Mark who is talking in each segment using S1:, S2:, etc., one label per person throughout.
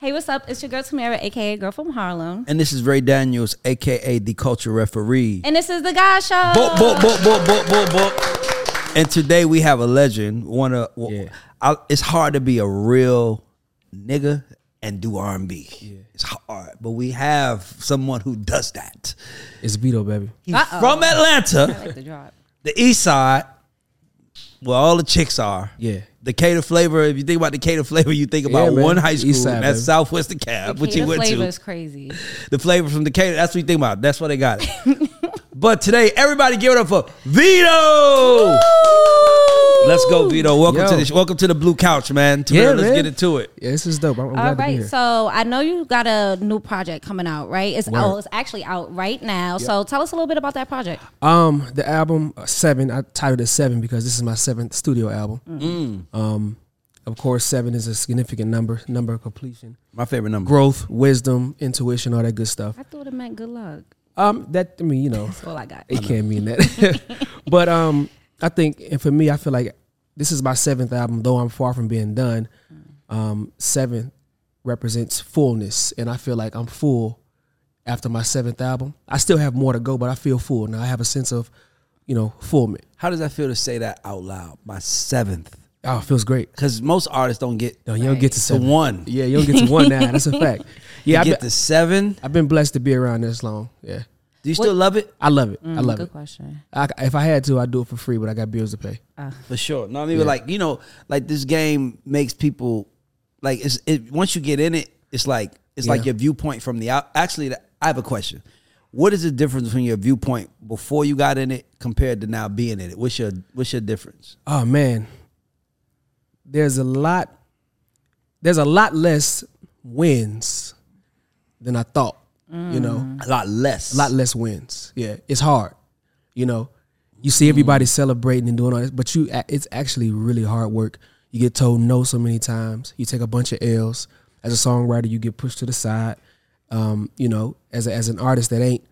S1: Hey, what's up? It's your girl Tamara, aka Girl from Harlem.
S2: And this is Ray Daniels, aka the Culture Referee.
S1: And this is the Guy Show.
S2: Boop, boop, boop, boop, boop, boop, boop. And today we have a legend. One of
S3: Yeah.
S2: I, it's hard to be a real nigga and do R and B. It's hard, but we have someone who does that.
S3: It's Vito, baby.
S2: He's from Atlanta,
S1: Like the drop.
S2: the East Side, where all the chicks are.
S3: Yeah.
S2: The cater flavor. If you think about the cater flavor, you think about
S3: man.
S2: one high
S3: East
S2: school.
S3: Side,
S2: and that's
S3: baby.
S2: Southwest DeKalb, which he
S1: Kate's
S2: went
S1: flavor
S2: to.
S1: is crazy.
S2: The flavor from Decatur. That's what you think about. That's why they got it. but today, everybody give it up for Vito. Let's go, Vito. Welcome
S3: Yo.
S2: to the welcome to the blue couch, man. Tamir,
S3: Yeah,
S2: let's
S3: man.
S2: get into it.
S3: Yeah, this is dope. I'm, I'm glad
S1: All
S3: to be
S1: right,
S3: here.
S1: so I know you got a new project coming out, right? It's
S3: Word.
S1: oh, it's actually out right now. So tell us a little bit about that project.
S3: um, the album uh, Seven. I titled it Seven because this is my seventh studio album. Um, of course, seven is a significant number, number of completion,
S2: My favorite number.
S3: growth, wisdom, intuition, all that good stuff.
S1: I thought it meant good luck.
S3: Um, that I mean, you know,
S1: That's all I got.
S3: it can't mean that. but um, I think, and for me, I feel like this is my seventh album, though I'm far from being done. Um, seven represents fullness, and I feel like I'm full after my seventh album. I still have more to go, but I feel full now. I have a sense of, you know, fullment.
S2: How does that feel to say that out loud? My seventh.
S3: Oh, it feels great.
S2: Because most artists don't get
S3: No, you don't get to
S2: to
S3: seven.
S2: one.
S3: Yeah, you don't get to one now. That's a fact. Yeah,
S2: You
S3: I've
S2: get to
S3: been,
S2: seven.
S3: I've been blessed to be around this long. Yeah,
S2: Do you still love it?
S3: I love it. I love
S1: Mm, Good
S3: it.
S1: question.
S3: I, if I had to, I'd do it for free, but I got bills to pay.
S2: For sure. No, I mean, but like you know, like this game makes people like it's it, once you get in it, it's like it's like
S3: Yeah.
S2: your viewpoint from the out. Actually, th- I have a question. What is the difference between your viewpoint before you got in it compared to now being in it? What's your what's your difference?
S3: oh man there's a lot there's a lot less wins than i thought you know
S2: A lot less.
S3: a lot less wins yeah it's hard you know you see
S2: Mm.
S3: everybody celebrating and doing all this but you a- it's actually really hard work you get told no so many times you take a bunch of l's as a songwriter you get pushed to the side um, you know as, a, as an artist that ain't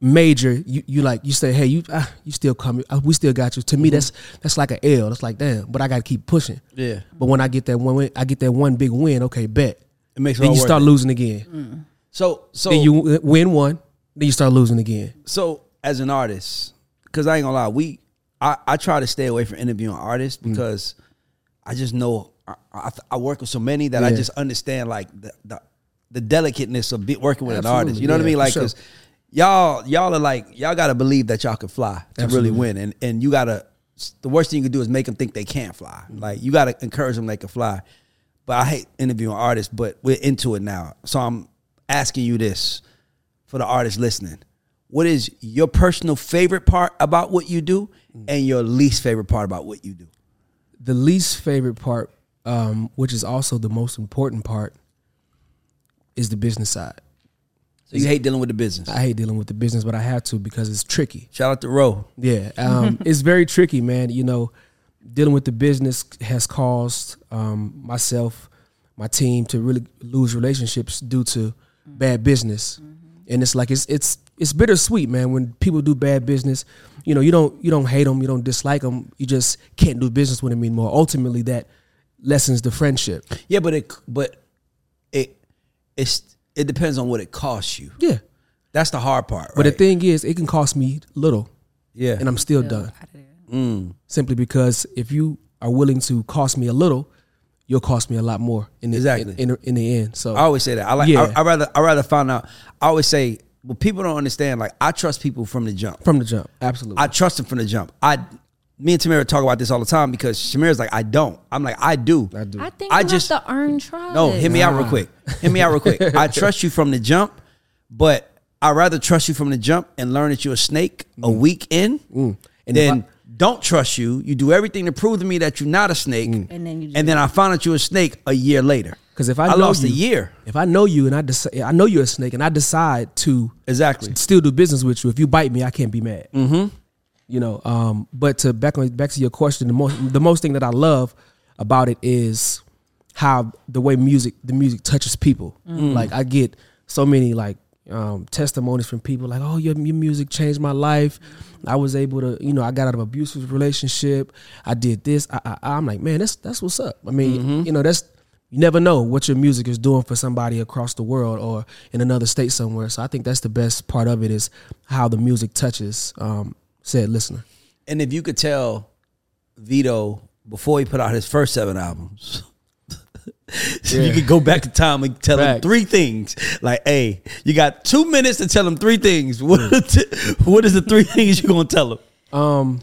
S3: major you, you like you say hey you ah, you still coming Ah, we still got you to me that's that's like an l that's like damn but i gotta keep pushing
S2: Mm-hmm. Yeah.
S3: but when i get that one win i get that one big win okay bet
S2: It makes it
S3: then
S2: all
S3: you
S2: worth
S3: start
S2: it. Mm.
S3: losing again
S2: So so
S3: then you w- win one then you start losing again
S2: so as an artist, because I ain't gonna lie, we I, I try to stay away from interviewing artists
S3: Mm.
S2: because I just know I, I, I work with so many that I
S3: Yeah.
S2: just understand like the the, the delicateness of be, working with an
S3: Absolutely,
S2: artist. You know what I
S3: yeah,
S2: mean?
S3: for
S2: Like
S3: sure.
S2: 'cause y'all y'all are like y'all gotta believe that y'all can fly to
S3: Absolutely.
S2: really win, and and you gotta the worst thing you can do is make them think they can't fly.
S3: Mm-hmm.
S2: Like you gotta encourage them they can fly. But I hate interviewing artists, but we're into it now. So I'm asking you this for the artists listening. What is your personal favorite part about what you do
S3: Mm.
S2: and your least favorite part about what you do?
S3: the least favorite part, um, which is also the most important part, is the business side.
S2: So you hate dealing with the business.
S3: I hate dealing with the business, but I have to because it's tricky.
S2: Shout out to Ro.
S3: Yeah, um, it's very tricky, man. You know, dealing with the business has caused um, myself, my team, to really lose relationships due to bad business, and it's like it's it's it's bittersweet, man. When people do bad business, you know, you don't you don't hate them, you don't dislike them, you just can't do business with them anymore. Ultimately, that lessens the friendship.
S2: Yeah, but it but it it's it depends on what it costs you.
S3: Yeah.
S2: That's the hard part.
S3: But
S2: right?
S3: the thing is, it can cost me little,
S2: yeah, Mm.
S3: and I'm still done. Simply because if you are willing to cost me a little, you'll cost me a lot more in the,
S2: Exactly.
S3: in, in, in the end. So
S2: I always say that. I like.
S3: Yeah.
S2: I, I rather. I rather find out. I always say what people don't understand, like I trust people from the jump.
S3: from the jump. Absolutely.
S2: I trust them from the jump. I, me and Tamara talk about this all the time because Tamara's like, I don't. I'm like, I do. I do.
S1: I think
S2: I
S1: you
S2: just-
S1: have to earn trust.
S2: No, hit me out real quick. Hit me out real quick. I trust you from the jump, but I rather trust you from the jump and learn that you're a snake a week in,
S3: Mm. And if
S2: then don't trust you. You do everything to prove to me that you're not a snake,
S1: And then you
S2: and then I find out you're a snake a year later.
S3: Mm. Because if I, know
S2: lost
S3: you,
S2: a year,
S3: if I know you and I decide, I know you're a snake, and I decide to
S2: Exactly.
S3: still do business with you. If you bite me, I can't be mad. Mm-hmm. You know, um, but to back on back to your question, the most the most thing that I love about it is how the way music the music touches people. Like I get so many like um, testimonies from people like, "Oh, your, your music changed my life. I was able to, you know, I got out of abusive relationship. I did this. I, I, I'm like, man, that's that's what's up. I mean, you know, that's you never know what your music is doing for somebody across the world or in another state somewhere. So I think that's the best part of it is how the music touches um, said listener.
S2: and if you could tell Vito before he put out his first seven albums. You could go back in time and tell him
S3: Facts.
S2: three things. Like, hey, you got two minutes to tell him three things. What, are the t- what is the three things you're gonna tell him?
S3: Um,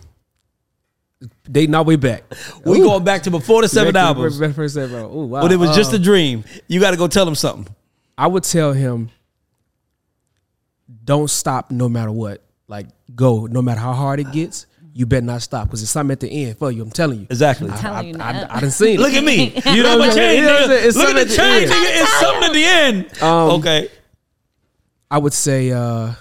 S3: dating our way back.
S2: We going back to before the seven
S3: Back to-
S2: albums.
S3: back to first seven albums. Ooh, wow.
S2: But it was just
S3: Um,
S2: a dream. You got to go tell him something.
S3: I would tell him, don't stop no matter what. Like, go no matter how hard it gets. You better not stop because it's something at the end for you. I'm telling you.
S2: Exactly.
S3: I,
S1: telling you
S3: I, I,
S1: that.
S3: I, done seen
S2: Look
S3: it.
S2: at me. You
S3: know
S2: know
S3: what
S2: what
S3: I'm
S2: change,
S3: saying? You know what I'm saying?
S2: nigga.
S3: It's
S2: Look at the
S3: something at the Um,
S2: change, nigga. It's something at the end. Okay.
S3: I would say uh,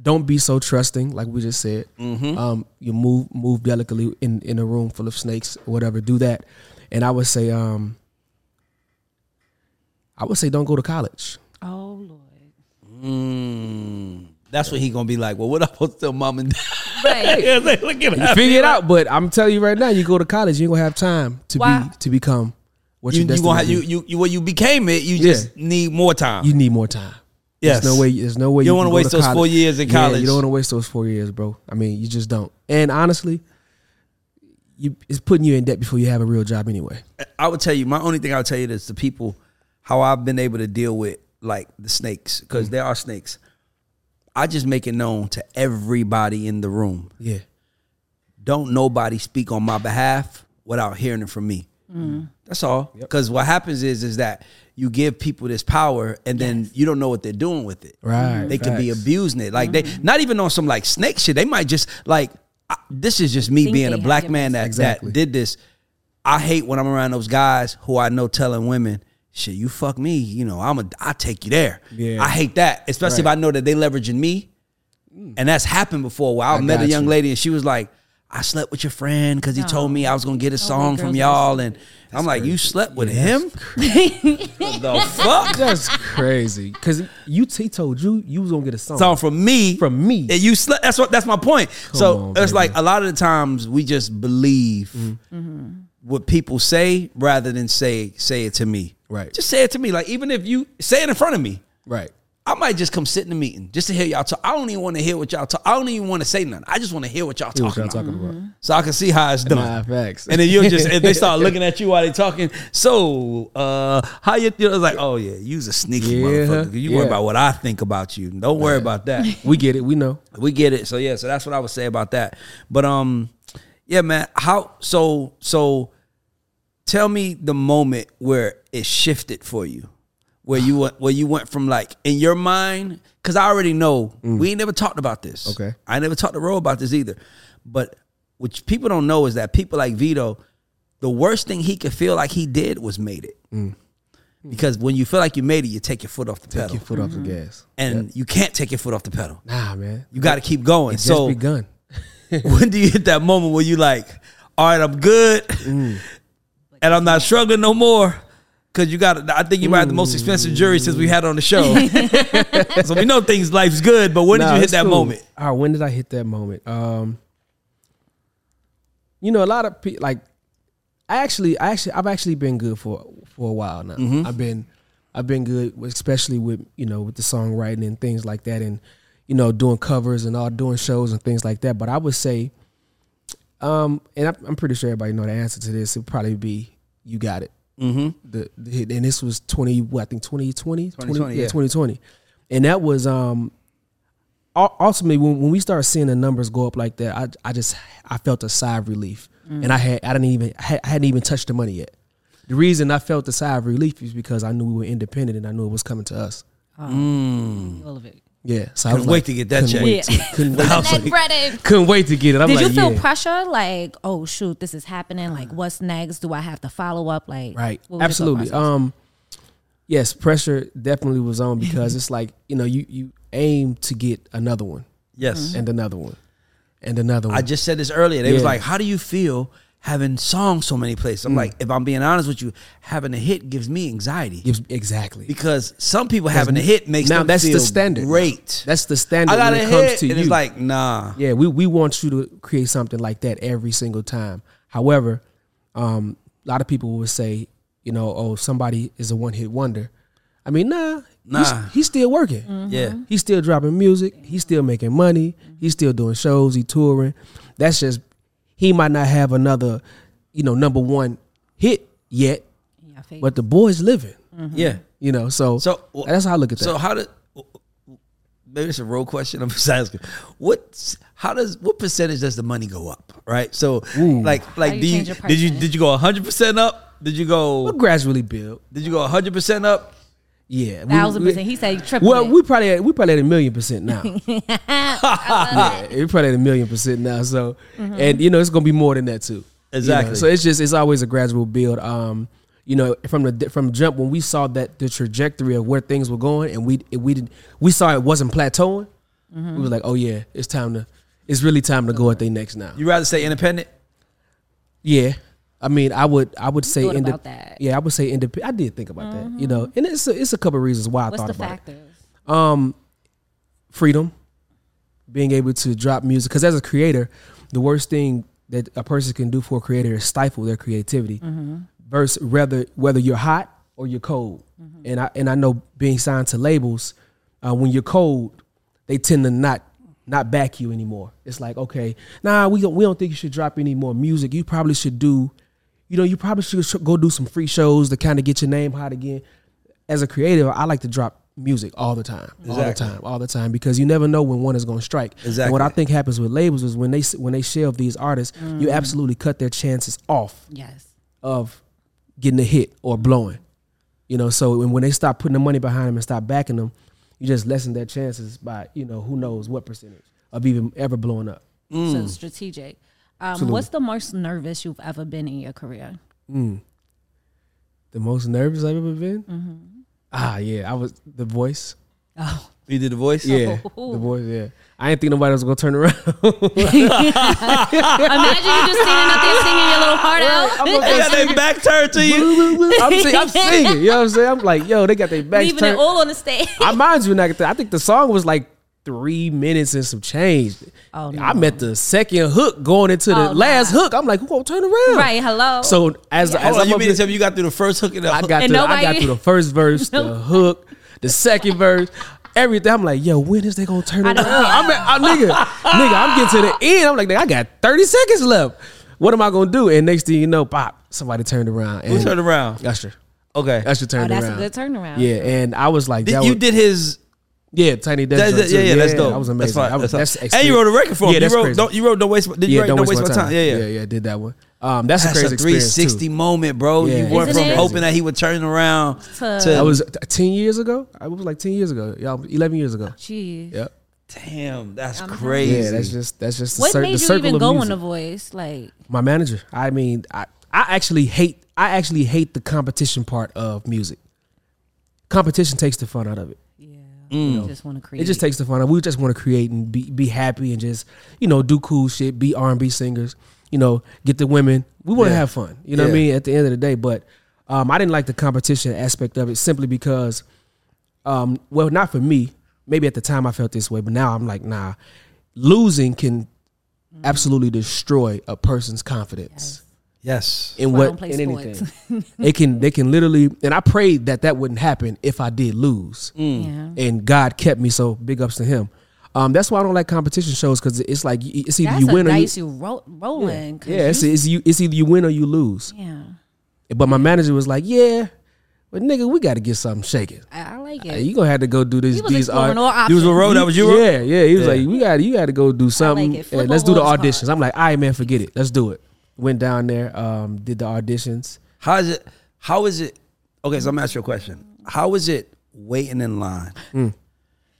S3: don't be so trusting, like we just said. Um, you move move delicately in in a room full of snakes, whatever. Do that, and I would say, um, I would say, don't go to college.
S1: Oh Lord.
S2: Hmm. That's what he gonna be like. Well, what I supposed to tell mom and dad?
S1: Right.
S2: Yeah, like, Look at
S3: You
S2: him.
S3: figure it out, but I'm telling you right now, you go to college, you ain't gonna have time to
S1: Why?
S3: be to become what
S2: You,
S3: you,
S2: you gonna have, you, you you well you became it. You just need more time.
S3: you need more time.
S2: Yes.
S3: There's no way. There's no way.
S2: You don't wanna
S3: can go
S2: waste those
S3: college.
S2: four years in
S3: Yeah,
S2: college.
S3: you don't want to waste those four years, bro. I mean, you just don't. And honestly, you it's putting you in debt before you have a real job anyway.
S2: I would tell you my only thing I would tell you is the people how I've been able to deal with like the snakes
S3: Mm.
S2: because there are snakes. I just make it known to everybody in the room.
S3: Yeah.
S2: don't nobody speak on my behalf without hearing it from me.
S3: Mm.
S2: That's all. Because what happens is is that you give people this power, and then you don't know what they're doing with it.
S3: Right, Mm-hmm.
S2: They could be
S3: facts.
S2: abusing it. Like they not even on some like snake shit. They might just like I, this is just me
S1: Think
S2: being
S1: they
S2: a
S1: have
S2: black
S1: your best
S2: man that
S3: Exactly.
S2: that did this. I hate when I'm around those guys who I know telling women. Shit, you fuck me, you know. I'm a. I take you there.
S3: Yeah.
S2: I hate that, especially
S3: Right.
S2: if
S3: Mm.
S2: I know that they leveraging me. And that's happened before where I, met a
S3: got
S2: young
S3: you.
S2: lady and she was like, I slept with your friend because he told me I was gonna get a song from
S1: girls are
S2: y'all. And I'm like, You slept with him? the fuck?
S3: That's crazy. Cause you he told you you was gonna get a song.
S2: Song from me.
S3: From me.
S2: And you slept that's what that's my point. so
S3: on,
S2: it's
S3: baby. Mm-hmm.
S2: like a lot of the times we just believe Mm-hmm. what people say rather than say say it to me.
S3: Right.
S2: Just say it to me. Like even if you say it in front of me.
S3: Right.
S2: I might just come sit in the meeting just to hear y'all talk. I don't even want to hear what y'all talk. I don't even want to say nothing. I just want to hear what y'all
S3: That's
S2: talking
S3: what y'all
S2: about.
S3: talking about.
S2: So I can see how it's done.
S3: Nah, facts.
S2: And then you'll just if they start looking at you while they talking. So uh how you you know, it's like, oh yeah, you's a sneaky
S3: Yeah,
S2: motherfucker. You worry
S3: yeah.
S2: about what I think about you. Don't worry about that.
S3: We get it. We know.
S2: we get it. So yeah, so that's what I would say about that. But um yeah, man, how so so tell me the moment where it shifted for you. Where you went where you went from like in your mind, because I already know we ain't never talked about this.
S3: Mm. Okay.
S2: I never talked to Ro about this either. But what people don't know is that people like Vito, the worst thing he could feel like he did was made it.
S3: Mm.
S2: Because when you feel like you made it, you take your foot off the pedal.
S3: Your foot off the gas.
S2: and you can't take your foot off the pedal.
S3: Nah, man.
S2: You got to keep going.
S3: Just
S2: so
S3: begun.
S2: when do you hit that moment where you like, all right, I'm good, and I'm not struggling no more? Cause you got, I think you might have the
S3: Mm.
S2: most expensive jury since we had on the show. so we know things, life's good, but when
S3: Nah,
S2: did you hit
S3: it's
S2: that
S3: cool.
S2: moment?
S3: All right, when did I hit that moment? Um, you know, a lot of people like I actually, I actually, I've actually been good for for a while now.
S2: Mm-hmm.
S3: I've been, I've been good, especially with you know with the songwriting and things like that, and you know doing covers and all doing shows and things like that. But I would say, um, and I'm, I'm pretty sure everybody know the answer to this. It'd probably be you got it. Mm-hmm. The, the hit, and this was 20, what I think 2020,
S2: 2020, yeah.
S3: yeah, 2020. and that was um ul- ultimately when, when we started seeing the numbers go up like that, I I just I felt a sigh of relief,
S1: Mm.
S3: and I had I didn't even I had- I hadn't even touched the money yet. The reason I felt the sigh of relief is because I knew we were independent and I knew it was coming to us.
S1: All of it.
S3: Yeah, so I was
S2: Couldn't wait
S3: like-
S2: to get that
S3: couldn't
S2: check.
S3: wait to- couldn't wait-
S1: Neck breaded.
S3: Couldn't wait to get it. I'm
S1: Did
S3: like,
S1: you feel
S3: yeah.
S1: pressure? Like, oh shoot, this is happening. Like, what's next? Do I have to follow up? Like,
S3: right
S1: what was your thought
S3: absolutely
S1: process?
S3: um yes pressure definitely was on because it's like you know you you aim to get another one
S1: Mm-hmm.
S2: Yes.
S3: and another one and another one
S2: I just said this earlier. They was
S3: Yeah. Mm.
S2: like, "How do you feel having songs so many places?" I'm like, if I'm being honest with you, having a hit gives me anxiety
S3: gives exactly
S2: because some people having a hit makes
S3: now
S2: them
S3: that's
S2: feel
S3: the standard
S2: Great.
S3: that's the standard
S2: I got
S3: when
S2: a
S3: it comes
S2: hit,
S3: to
S2: and
S3: you
S2: it's like, nah.
S3: yeah we we want you to create something like that every single time however um a lot of people would say you know oh somebody is a one hit wonder I mean nah
S2: Nah.
S3: he's, he's still working
S2: Yeah.
S3: He's still dropping music. He's still making money. He's still doing shows. He touring. That's just he might not have another, you know, number one hit yet,
S1: Yeah, I feel you.
S3: but the boy's living.
S2: Yeah.
S3: You know, so
S2: So
S3: that's how I look at that.
S2: So how did? Maybe it's a real question. I'm just asking. What? How does? What percentage does the money go up? Right. So like like
S1: you
S2: do you,
S1: change your
S2: did you
S1: percentage.
S2: did you go 100 percent up? Did you
S3: We'll
S2: go?
S3: gradually build.
S2: Did you go 100 percent up?
S3: Yeah, we-
S1: thousand
S3: we-
S1: percent. He said triple.
S3: Well,
S1: it.
S3: we probably at, we probably at a million percent now. yeah, we probably at a million percent now. So,
S1: Mm-hmm.
S3: and you know, it's gonna be more than that too. You know,
S2: Exactly.
S3: So it's just it's always a gradual build. Um, you know, from the from jump when we saw that the trajectory of where things were going, and we we did we saw it wasn't plateauing.
S1: Mm-hmm.
S3: We were like, oh yeah, it's time to it's really time to go at they next now.
S2: You rather stay independent?
S3: Yeah. I mean, I would, I would say,
S1: thought
S3: indep-
S1: about that. Mm-hmm.
S3: yeah, I would say independent. I did think about that, you know, and it's a, it's a couple of reasons why I
S1: what's
S3: thought
S1: the
S3: about it
S1: factors?
S3: um freedom being able to drop music because as a creator the worst thing that a person can do for a creator is stifle their creativity versus whether whether you're hot or you're cold and i and i know being signed to labels uh, when you're cold they tend to not not back you anymore it's like okay nah we don't we don't think you should drop any more music you probably should do you know you probably should sh- go do some free shows to kind of get your name hot again as a creative, I like to drop music all the time, all the
S2: Exactly.
S3: time, all the time, because you never know when one is going to strike. And
S2: Exactly.
S3: what I think happens with labels is when they when they shelve these artists, you absolutely cut their chances off
S1: Mm. Yes.
S3: of getting a hit or blowing. You know, so when, when they stop putting the money behind them and stop backing them, you just lessen their chances by you know who knows what percentage of even ever blowing up. Mm.
S1: So strategic. Um, what's the most nervous you've ever been in your career?
S3: The most nervous I've ever been.
S1: Mm-hmm.
S3: Ah, yeah, I was the voice.
S1: Oh,
S2: You did the voice.
S3: Yeah, the voice. Yeah, I didn't think nobody was gonna turn around.
S1: imagine you just standing up there singing your little heart out.
S3: I'm
S2: They got their back turned to you.
S3: I'm, sing, I'm singing. You know what I'm saying? I'm like, yo, they got their backs
S1: Leaving it
S3: turned.
S1: all on the stage.
S3: I mind you, not, I think the song was like three minutes and some change.
S1: Oh, no.
S3: I'm at the second hook going into the
S1: Oh,
S3: last
S1: nah.
S3: hook. I'm like, who gonna turn around?
S1: right. Hello.
S3: So as, as
S2: Hold on,
S3: I'm
S2: you
S3: up
S2: mean
S3: in-
S2: to tell me you got through the first hook and the
S3: I
S2: hook?
S3: got
S1: And
S3: through, I got
S1: nobody-
S3: through the first verse, the hook, the second verse, everything. I'm like, yo, when is they gonna turn
S1: I
S3: it
S1: don't
S3: around? I'm, at, I'm nigga, nigga, I'm getting to the end. I'm like, nigga, I got 30 seconds left. What am I gonna do? And next thing you know, pop, somebody turned around. And
S2: Who turned around?
S3: Usher.
S2: Okay.
S3: Usher
S1: oh,
S3: turned
S1: that's
S3: around.
S1: a good turnaround.
S3: Yeah, and I was like,
S2: Did-
S3: that
S2: you
S3: was,
S2: did his.
S3: yeah, Tiny Desk.
S2: that's-
S3: joint,
S2: yeah,
S3: too.
S2: yeah, that's dope.
S3: That was
S2: That's
S3: amazing.
S2: fine,
S3: I was-
S2: that's
S3: that's
S2: fine. And you wrote a record for him.
S3: Yeah, that's
S2: you wrote.
S3: crazy.
S2: Don't you wrote? Don't waste. Did
S3: yeah,
S2: you write,
S3: don't, waste,
S2: my time.
S3: Yeah, yeah, yeah. Did that one. Um, that's, a
S2: That's
S3: crazy
S2: a 360
S3: experience
S2: moment, bro.
S3: Yeah.
S2: You went
S1: Isn't
S2: from
S1: it?
S2: hoping that he would turn around to,
S1: To-
S3: too. That was uh, ten years ago. I was like ten years ago. Yeah, eleven years ago.
S1: Jeez.
S3: Yep.
S2: damn. That's crazy.
S3: Yeah, that's just that's just the,
S1: What
S3: cir- the
S1: made you
S3: circle
S1: even
S3: of
S1: go on
S3: music.
S1: the voice? Like,
S3: My manager. I mean, I I actually hate I actually hate the competition part of music. Competition takes the fun out of it.
S1: yeah. You just want to create.
S3: Mm. It just takes the fun. out. We just want to create and be be happy and just you know do cool shit. Be R and B singers. You know, get the women. We want to
S2: Yeah.
S3: have fun. You know what I
S2: Yeah.
S3: mean? At the end of the day, but um, I didn't like the competition aspect of it simply because, um, well, not for me. Maybe at the time I felt this way, but now I'm like, nah. Losing can
S1: Mm-hmm.
S3: absolutely destroy a person's confidence
S2: yes.
S3: in
S1: Why
S3: what
S1: don't play
S3: in
S1: sports?
S3: anything. it can they can literally, and I prayed that that wouldn't happen if I did lose
S2: Mm.
S1: Yeah.
S3: and God kept me. So big ups to him. Um, that's why I don't like competition shows because it's like y- it's either
S1: That's
S3: you
S1: a
S3: win or you,
S1: dice you ro- rolling. 'cause
S3: yeah, it's,
S1: you-
S3: it's you it's either you win or you lose.
S1: yeah.
S3: But my manager was like, yeah, But nigga, we got to get something shaking.
S1: I, I like it.
S3: Hey, Uh, you gonna have to go do this.
S1: He was
S3: these
S1: exploring all
S2: You
S1: options.
S2: was with Ro, that was you, Ro?
S3: yeah, yeah. He was
S2: Yeah.
S3: like, "We got, you got to go do something.
S1: it.
S3: Yeah,
S1: Flip
S3: let's
S1: a
S3: do the
S1: Wolf's card.
S3: auditions." I'm like, "All right, man, forget it. Let's do it." Went down there, um, did the auditions.
S2: How is it? How is it? Okay, so I'm gonna ask you a question. How is it waiting in line,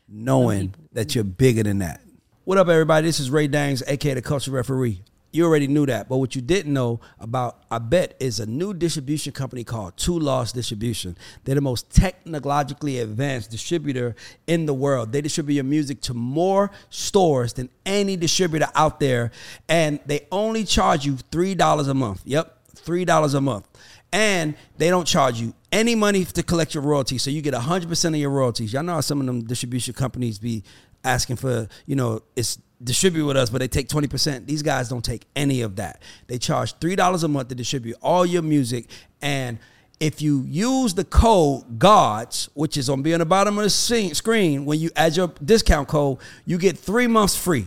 S2: knowing that you're bigger than that? What up, everybody? This is Ray Dangs, aka the Culture Referee. You already knew that, but what you didn't know about, I bet, is a new distribution company called Two Loss Distribution. They're the most technologically advanced distributor in the world. They distribute your music to more stores than any distributor out there, and they only charge you $3 a month. Yep, $3 a month and they don't charge you any money to collect your royalties. So you get 100% of your royalties. Y'all know how some of them distribution companies be asking for, you know, it's distribute with us, but they take 20%. These guys don't take any of that. They charge $3 a month to distribute all your music. And if you use the code GODS, which is on be on the bottom of the scene- screen, when you add your discount code, you get three months free.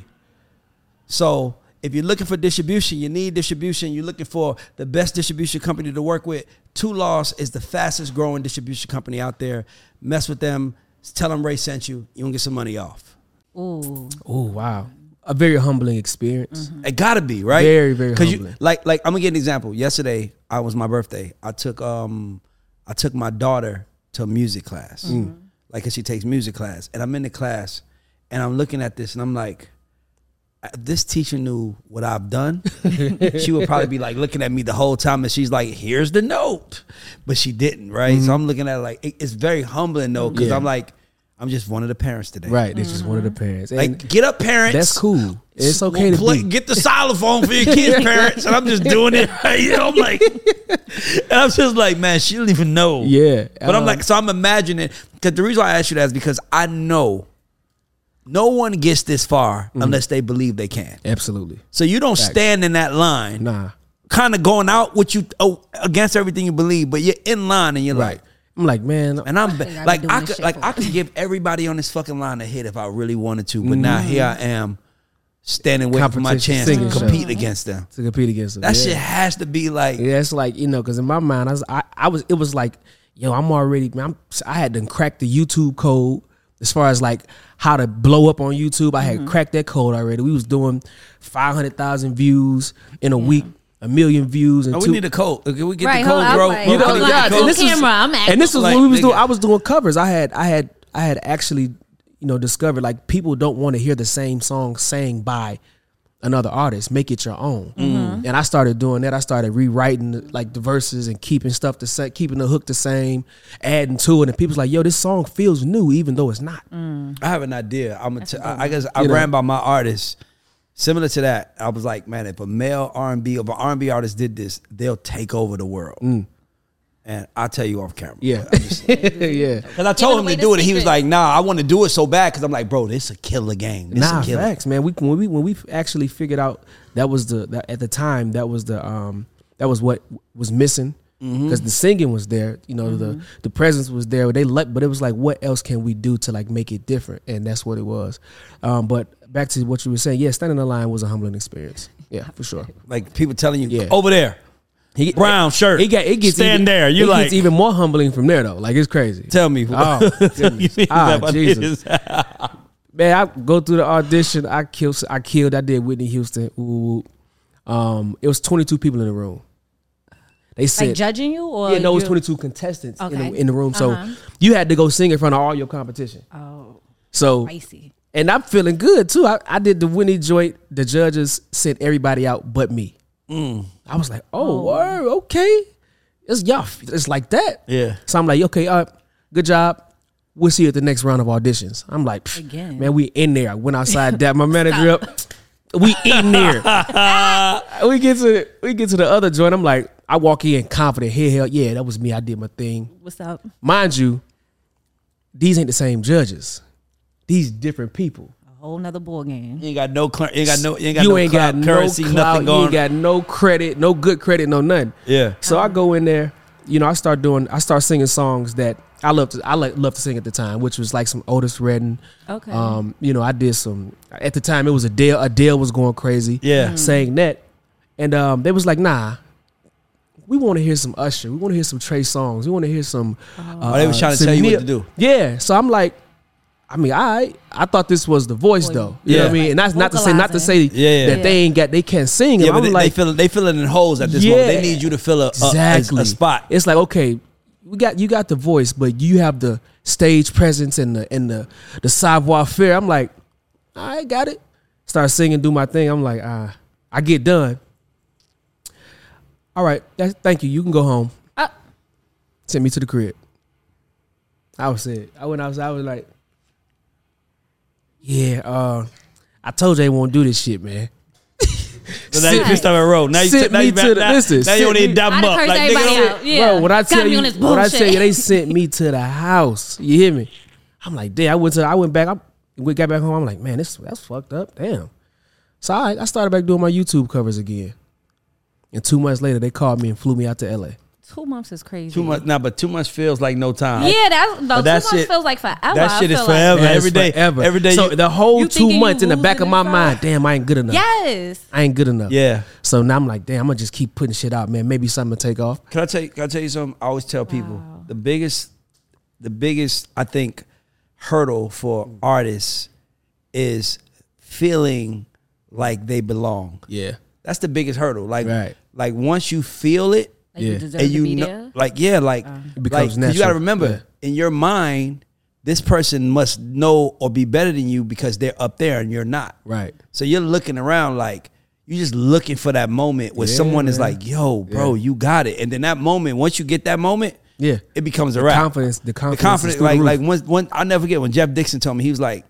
S2: So if you're looking for distribution, you need distribution, you're looking for the best distribution company to work with, Two Loss is the fastest growing distribution company out there. Mess with them, tell them Ray sent you, you're gonna get some money off.
S1: Ooh,
S3: Oh wow, a very humbling experience.
S1: Mm-hmm.
S2: It gotta be, right?
S3: Very, very
S2: you
S3: humbling.
S2: like like I'm gonna give an example. Yesterday, I was my birthday. I took um I took my daughter to a music class. Like 'cause she takes music class. And I'm in the class and I'm looking at this and I'm like, if this teacher knew what I've done, she would probably be like looking at me the whole time, and she's like, "Here's the note," but she didn't, right? So I'm looking at it like it- it's very humbling though, because
S3: Mm-hmm. Yeah.
S2: I'm like, I'm just one of the parents today,
S3: Right, this is one of
S1: Mm-hmm.
S3: the parents. And
S2: Like, get up, parents.
S3: that's cool. It's
S2: Well,
S3: okay to
S2: play-
S3: be.
S2: get the xylophone for your kids, parents, and I'm just doing it. Right? You know, I'm like, and I'm just like, man, she don't even know.
S3: Yeah,
S2: but I'm
S3: um,
S2: like, so I'm imagining because the reason why I asked you that is because I know no one gets this far
S3: Mm-hmm.
S2: unless they believe they can.
S3: absolutely.
S2: So you don't stand in that line,
S3: Nah,
S2: kind of going out what you oh, against everything you believe, but you're in line and you're
S3: right.
S2: like,
S3: I'm like, man,
S2: and I'm
S1: I be
S2: like
S1: doing
S2: I
S1: this
S2: could
S1: shit
S2: like
S1: for-
S2: I could give everybody on this fucking line a hit if I really wanted to, but now here I am standing waiting for my
S3: Mm-hmm. Competition
S2: chance
S3: singing
S2: to
S3: show.
S2: compete against them.
S3: to compete against them.
S2: That
S3: yeah.
S2: shit has to be like
S3: Yeah, it's like you know, because in my mind, I was, I, I was, it was like, yo, I'm already, man, I'm, I had to crack the YouTube code as far as like how to blow up on YouTube. I
S2: Mm-hmm.
S3: had cracked that code already. We was doing five hundred thousand views in a week, a million views, and
S2: oh, we
S3: two.
S2: need a code. Okay, we get
S1: Right,
S2: the
S1: hold
S2: code,
S1: up,
S2: bro.
S1: like,
S2: Bro,
S1: You know,
S2: we
S1: like,
S2: need the
S1: guys,
S2: code.
S1: on this is- camera, I'm acting
S3: and this was
S2: like,
S3: when we was
S2: nigga.
S3: doing. I was doing covers. I had, I had, I had actually, you know, discovered like people don't want to hear the same song sang by another artist. Make it your own.
S1: Mm-hmm.
S3: And I started doing that. I started rewriting like the verses and keeping stuff the same, keeping the hook the same, adding to it. And people's like, "Yo, this song feels new, even though it's not."
S1: Mm-hmm.
S2: I have an idea. I'm gonna. T- I, I guess I ran by my artist. Similar to that, I was like, man, if a male R&B or an R&B artist did this, they'll take over the world. And I'll tell you off camera.
S3: Mm. Yeah, yeah.
S2: Because I told him
S1: away
S2: to
S1: the
S2: do it, and he was
S1: secret.
S2: like, "Nah, I want to do it so bad." Because I'm like, "Bro, this a killer game. This
S3: nah,
S2: a killer."
S3: facts, man. We when we when we actually figured out that was the that at the time that was the um that was what was missing because the singing was there, you know the the presence was there. They let, but it was like, what else can we do to like make it different? And that's what it was. Um, but back to what you were saying, yeah, standing in line was a humbling experience. Yeah, for sure.
S2: Like people telling you,
S3: Yeah.
S2: "Over there,
S3: He,
S2: brown shirt."
S3: It got it gets
S2: stand
S3: even,
S2: there. You
S3: it
S2: like
S3: gets even more humbling from there though. Like it's crazy.
S2: tell me.
S3: Oh,
S2: goodness.
S3: Ah,
S2: What it
S3: Jesus.
S2: is.
S3: Man, I go through the audition. I killed. I killed. I did Whitney Houston. Ooh, Ooh, ooh. Um, it was twenty two people in the room. They said,
S1: like judging you or
S3: yeah, no, it was
S1: you-
S3: twenty two contestants in, the,
S1: Okay.
S3: in the room.
S1: Uh-huh.
S3: So you had to go sing in front of all your competition.
S1: Oh,
S3: So
S1: spicy.
S3: and I'm feeling good too. I, I did the Whitney joint. The judges sent everybody out but me. I was like, oh, word, okay. It's y'all. It's like that.
S2: Yeah.
S3: So I'm like, okay, uh, good job. We'll see you at the next round of auditions. I'm like, psh,
S1: Again.
S3: man, we in there. I went outside, dapped my manager up. We in there. we get to we get to the other joint. I'm like, I walk in confident. Hell, hell, yeah, that was me. I did my thing
S1: What's up?
S3: mind you, these ain't the same judges. These different people.
S1: A whole nother ball game.
S2: You ain't got no, clear, you ain't got no, you ain't got no clout, currency,
S3: clout,
S2: nothing
S3: You
S2: going.
S3: ain't got no credit, no good credit, no nothing.
S2: Yeah.
S3: So I go in there, you know, I start doing, I start singing songs that I love to, I like, love to sing at the time, which was like some Otis Redden.
S1: Okay.
S3: Um, you know, I did some at the time. It was Adele. Adele was going crazy.
S2: Yeah. Mm.
S3: Saying that, and um, they was like, nah. we want to hear some Usher. We want to hear some Trey songs. We want to hear some. uh,
S2: Oh, they was
S3: uh,
S2: trying to
S3: some
S2: tell you what
S3: Neil-
S2: to do.
S3: Yeah. So I'm like, I mean, I I thought this was the voice though. You know what I
S2: Yeah.
S3: mean? And that's not to say not to say
S2: Yeah.
S3: that they ain't got they can't sing. And
S2: Yeah, but
S3: I'm
S2: they,
S3: like,
S2: they fill they fill it in holes at this moment. They
S3: Yeah.
S2: need you to fill a, a- a-
S3: exactly
S2: a, spot.
S3: It's like okay, we got you got the voice, but you have the stage presence and the and the the savoir faire. I'm like, I got it. Start singing, do my thing. I'm like, ah, I get done. All right, that's, thank you. You can go home.
S1: Ah.
S3: Send me to the crib. I was it. I went outside. I was like, yeah. uh I told you I won't do this shit, man.
S2: So now you
S3: Sit-
S2: pissed off at row. Now you
S3: Sit
S2: now you
S3: me to the-
S2: now,
S3: listen,
S2: now you don't
S3: sit
S2: need
S3: me-
S2: to dab
S1: I
S2: them
S1: done
S2: up.
S1: cursed
S2: Like,
S1: everybody
S2: nigga,
S1: out. Yeah.
S3: Bro, when I
S1: Gotta
S3: tell
S1: be
S3: you,
S1: on this
S3: when I tell you,
S1: bullshit.
S3: they sent me to the house. You hear me? I'm like, damn. I went to, I went back. I we got back home. I'm like, man, this that's fucked up. Damn. So I, I started back doing my YouTube covers again. And two months later, they called me and flew me out to LA.
S1: Two months is crazy.
S2: Too much, nah, but too much feels like no time.
S1: Yeah, that's no,
S2: But
S1: two
S2: that
S1: months
S2: shit-
S1: feels like forever.
S2: that shit
S1: I
S2: is
S1: feel
S2: forever.
S1: Like,
S3: That's
S2: every day-
S3: forever.
S2: every day
S3: So
S2: you-
S3: the whole
S1: You
S3: two
S1: thinking you
S3: months in the back of
S1: losing
S3: my
S1: inside?
S3: mind, damn, I ain't good enough.
S1: yes.
S3: I ain't good enough.
S2: Yeah.
S3: So now I'm like, damn, I'm gonna just keep putting shit out, man. Maybe something to take off.
S2: Can I tell you, can I tell you something? I always tell people the biggest, the biggest, I think, hurdle for artists is feeling like they belong.
S3: Yeah.
S2: That's the biggest hurdle. Like,
S3: Right.
S2: like once you feel it,
S1: Like
S3: Yeah.
S1: you deserve
S2: and
S1: to
S2: you
S1: be
S2: know,
S1: there.
S2: like, yeah, like,
S3: It
S2: like,
S3: becomes
S2: 'cause You
S3: natural.
S2: gotta remember in your mind, this person must know or be better than you because they're up there and you're not.
S3: Right.
S2: So you're looking around like you're just looking for that moment where
S3: Yeah,
S2: someone is
S3: man.
S2: like, "Yo, bro, you got it." And then that moment, once you get that moment,
S3: Yeah.
S2: it becomes a
S3: The
S2: wrap.
S3: confidence- the confidence is through the
S2: like,
S3: roof.
S2: like once, one, I'll never forget when Jeff Dixon told me he was like,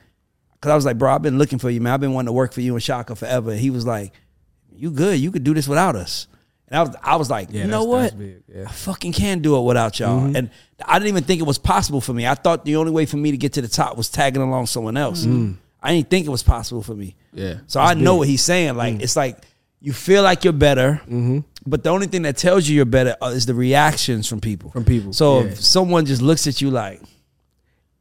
S2: "Cause I was like, bro, I've been looking for you, man. I've been wanting to work for you and Shaka forever." And he was like, "You good? You could do this without us." And I was, I was like, you know
S3: that's-
S2: what?
S3: that's big, yeah. Mm-hmm.
S2: I fucking can do it without y'all. And I didn't even think it was possible for me. I thought the only way for me to get to the top was tagging along someone else. I didn't think it was possible for me.
S3: Mm. Yeah. Mm.
S2: So I know what he's saying. Like it's like you feel like you're better,
S3: Mm-hmm.
S2: but the only thing that tells you you're better uh, is the reactions from people.
S3: From people,
S2: So
S3: yeah.
S2: if someone just looks at you like,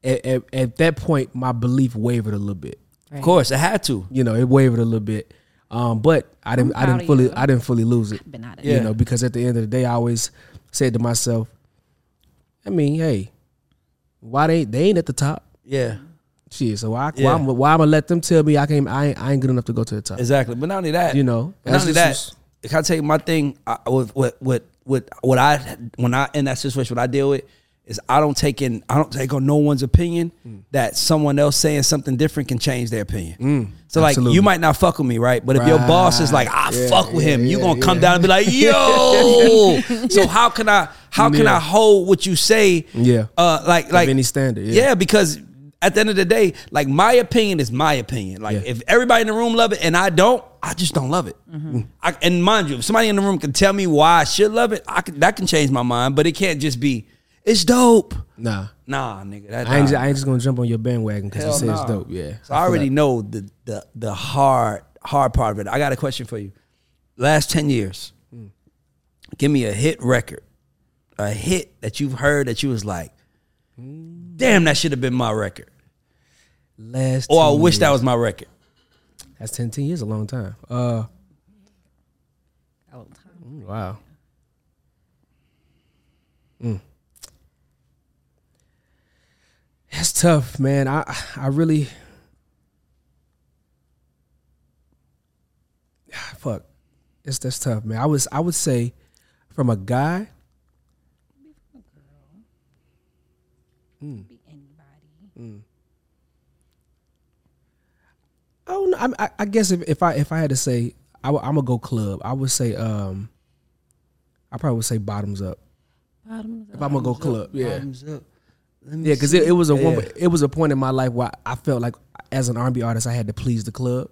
S3: At, at, at that point, my belief wavered a little bit.
S2: of course, I had to.
S3: you know, it wavered a little bit. Um, but I didn't, I
S1: proud
S3: didn't
S1: of
S3: fully,
S1: you.
S3: I didn't fully lose it.
S1: Been out of
S2: Yeah.
S3: You know, because at the end of the day, I always said to myself, I mean, hey, why they they ain't at the top?
S2: Yeah.
S3: Shit, so why
S2: Yeah.
S3: why, I'm, why I'm gonna let them tell me I can't, I ain't, I ain't good enough to go to the top?
S2: Exactly. But not only that,
S3: You know,
S2: but not
S3: that's
S2: only
S3: just
S2: that.
S3: was-
S2: can I tell you my thing? I, with with with with what I when I in that situation, what I deal with is I don't take in I don't take on no one's opinion
S3: Mm.
S2: that someone else saying something different can change their opinion. so like
S3: Mm. absolutely.
S2: you might not fuck with me, right? But if your boss is like I fuck with him, you gonna come down and be like yo. so how can I how can
S3: Yeah.
S2: I hold what you say?
S3: Yeah.
S2: uh, like like
S3: any standard, yeah.
S2: because. At the end of the day, like my opinion is my opinion. Like
S3: Yeah.
S2: if everybody in the room love it and I don't, I just don't love it.
S3: Mm-hmm.
S2: I, and mind you, if somebody in the room can tell me why I should love it, I can, that can change my mind. But it can't just be it's dope.
S3: Nah,
S2: Nah, nigga, that,
S3: I ain't, ju-
S2: nah.
S3: I ain't just gonna jump on your bandwagon because you
S2: Hell
S3: say it's
S2: nah.
S3: dope. Yeah,
S2: So I already know the the the hard hard part of it. I got a question for you. Last ten years,
S3: Mm.
S2: give me a hit record, a hit that you've heard that you was like,
S3: Mm.
S2: damn, that should have been my record,
S3: last
S2: or I
S3: 10
S2: wish that
S3: years.
S2: was my record.
S3: that's 10, 10 years, a long time. Uh,
S1: Oh, time.
S3: wow. Mm. That's tough, man. I I really ah, fuck. It's that's tough, man. I was I would say from a guy. I don't know. I, I, I guess if, if I if I had to say, I, am gonna go club. I would say, um, I probably would say bottoms up.
S1: Bottoms
S3: If I'm gonna go club, yeah,
S2: up.
S3: yeah, because it, it was a one, it was a point in my life where I felt like as an R&B artist, I had to please the club.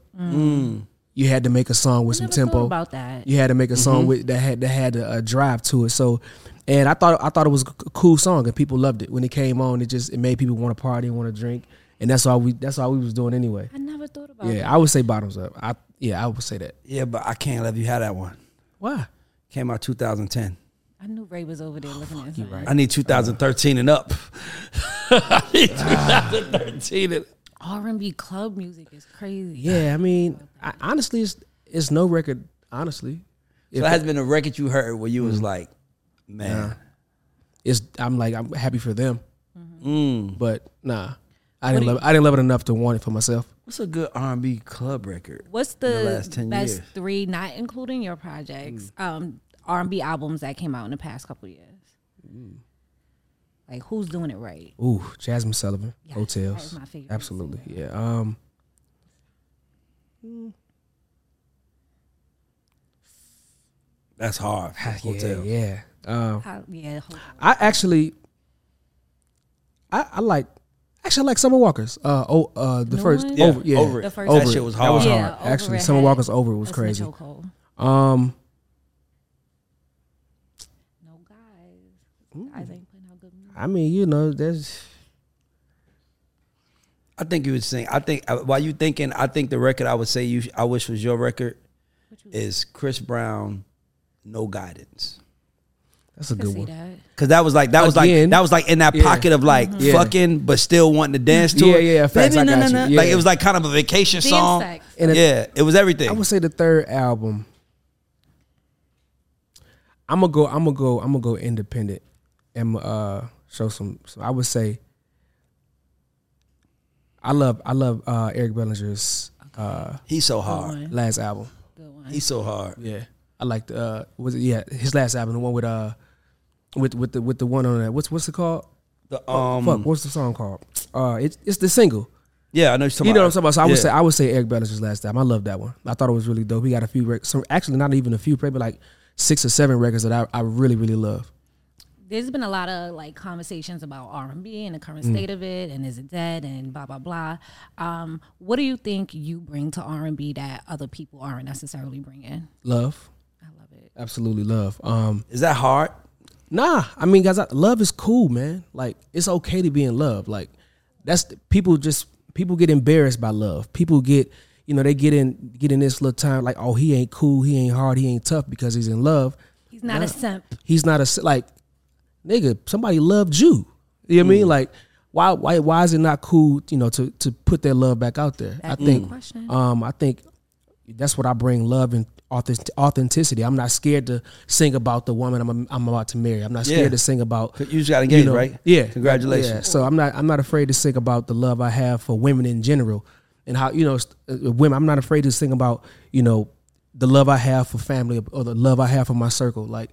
S3: You had to make a song with
S1: I
S3: some
S1: never thought
S3: tempo.
S1: about that.
S3: You had to make a song with that had that had a, a drive to it. So, and I thought I thought it was a c- cool song, and people loved it when it came on. It just it made people want to party, want to drink, and that's all we that's all we was doing anyway.
S1: I never thought about that.
S3: Yeah, I would say bottoms up. I yeah, I would say that.
S2: Yeah, but I can't let you have that one.
S3: Why?
S2: Came out 2010.
S1: I knew Ray was over there looking at you.
S2: I need 2013 and up. I need 2013 and
S1: R and B club music is crazy.
S3: Yeah, I mean, I, honestly, it's it's no record. Honestly,
S2: So that has been a record you heard where you was like, man,
S3: it's I'm like I'm happy for them,
S2: Mm-hmm. Mm.
S3: but nah, I didn't love I didn't love it enough to want it for myself.
S2: what's a good R and B club record?
S1: What's the,
S2: the last 10
S1: best
S2: years. Mm.
S1: three, not including your projects, um, R and B albums that came out in the past couple years?
S2: Mm.
S1: Like who's doing it right?
S3: Ooh, Jasmine Sullivan,
S1: Yeah,
S3: Hotels,
S1: that is my favorite.
S3: absolutely, yeah. Um,
S2: That's hard. Hotel.
S3: yeah, yeah. Um,
S1: How, yeah, ho-
S3: I actually, I, I like, actually I like Summer Walker's. Uh oh, uh the
S1: New
S3: first
S1: one?
S2: Yeah,
S3: over, yeah,
S2: over it.
S1: The first
S2: that
S1: Over
S2: shit
S3: it.
S2: was
S3: That
S2: hard.
S3: was
S1: Yeah,
S3: hard. Actually,
S1: Over It
S3: Summer
S1: had-
S3: Walker's over was
S1: that's
S3: crazy.
S1: Mitchell Cole.
S3: Um,
S1: No guys, guys ain't putting out good music.
S3: I mean, you know, there's
S2: I think you would sing. I think uh, while you thinking, I think the record I would say you, sh- I wish was your record, is Chris Brown, No Guidance.
S3: that's a
S1: I
S3: good
S1: see
S3: one.
S1: that.
S2: Cause that was like that was like
S3: Again.
S2: that was like in that
S3: Yeah. Mm-hmm.
S2: pocket of like
S3: Yeah.
S2: fucking but still wanting to dance to
S3: Yeah,
S2: it.
S3: yeah, facts, I
S2: Baby,
S3: got
S2: na, na, na.
S3: you.
S2: Like
S3: Yeah.
S2: it was like kind of a vacation
S1: Dance
S2: song.
S1: sex.
S3: And it-
S2: yeah, it was everything.
S3: I would say the third album. I'm gonna go. I'm gonna go. I'm gonna go independent and uh show some. So I would say. I love I love uh, Eric Bellinger's uh,
S2: He's so
S1: Good
S2: hard.
S1: one.
S3: last album.
S1: Good one.
S2: He's so hard.
S3: Yeah, I liked uh was it, yeah his last album, the one with uh with with the with the one on that. What's what's it called?
S2: The um
S3: Fuck, what's the song called? Uh, it's it's the single.
S2: yeah, I know you're talking
S3: You know what I'm
S2: about.
S3: talking about. So I would
S2: Yeah.
S3: say I would say Eric Bellinger's last album. I love that one. I thought it was really dope. He got a few records. Some actually not even a few, probably like six or seven records that I, I really really love.
S1: There's been a lot of like conversations about R and B and the current
S2: Mm.
S1: state of it, and is it dead, and blah blah blah. Um, what do you think you bring to R and B that other people aren't necessarily bringing?
S3: Love,
S1: I love it.
S3: absolutely love. Um,
S2: Is that hard?
S3: Nah, I mean, guys, I, love is cool, man. Like, it's okay to be in love. Like, that's people just people get embarrassed by love. People get, you know, they get in get in this little time like, oh, he ain't cool, he ain't hard, he ain't tough because he's in love.
S1: He's not a simp.
S3: He's not a s- like, nigga. Somebody loved you. You know what I mean? Like, why why why is it not cool? You know, to to put their love back out there. I think.
S1: question.
S3: Um, I think that's what I bring love and authentic- authenticity. I'm not scared to sing about the woman I'm I'm about to marry. I'm not scared
S2: Yeah.
S3: to sing about
S2: You just got engaged,
S3: know,
S2: right?
S3: Yeah,
S2: Congratulations.
S3: Yeah. So I'm not I'm not afraid to sing about the love I have for women in general and how you know st- uh, women. I'm not afraid to sing about you know the love I have for family or the love I have for my circle. Like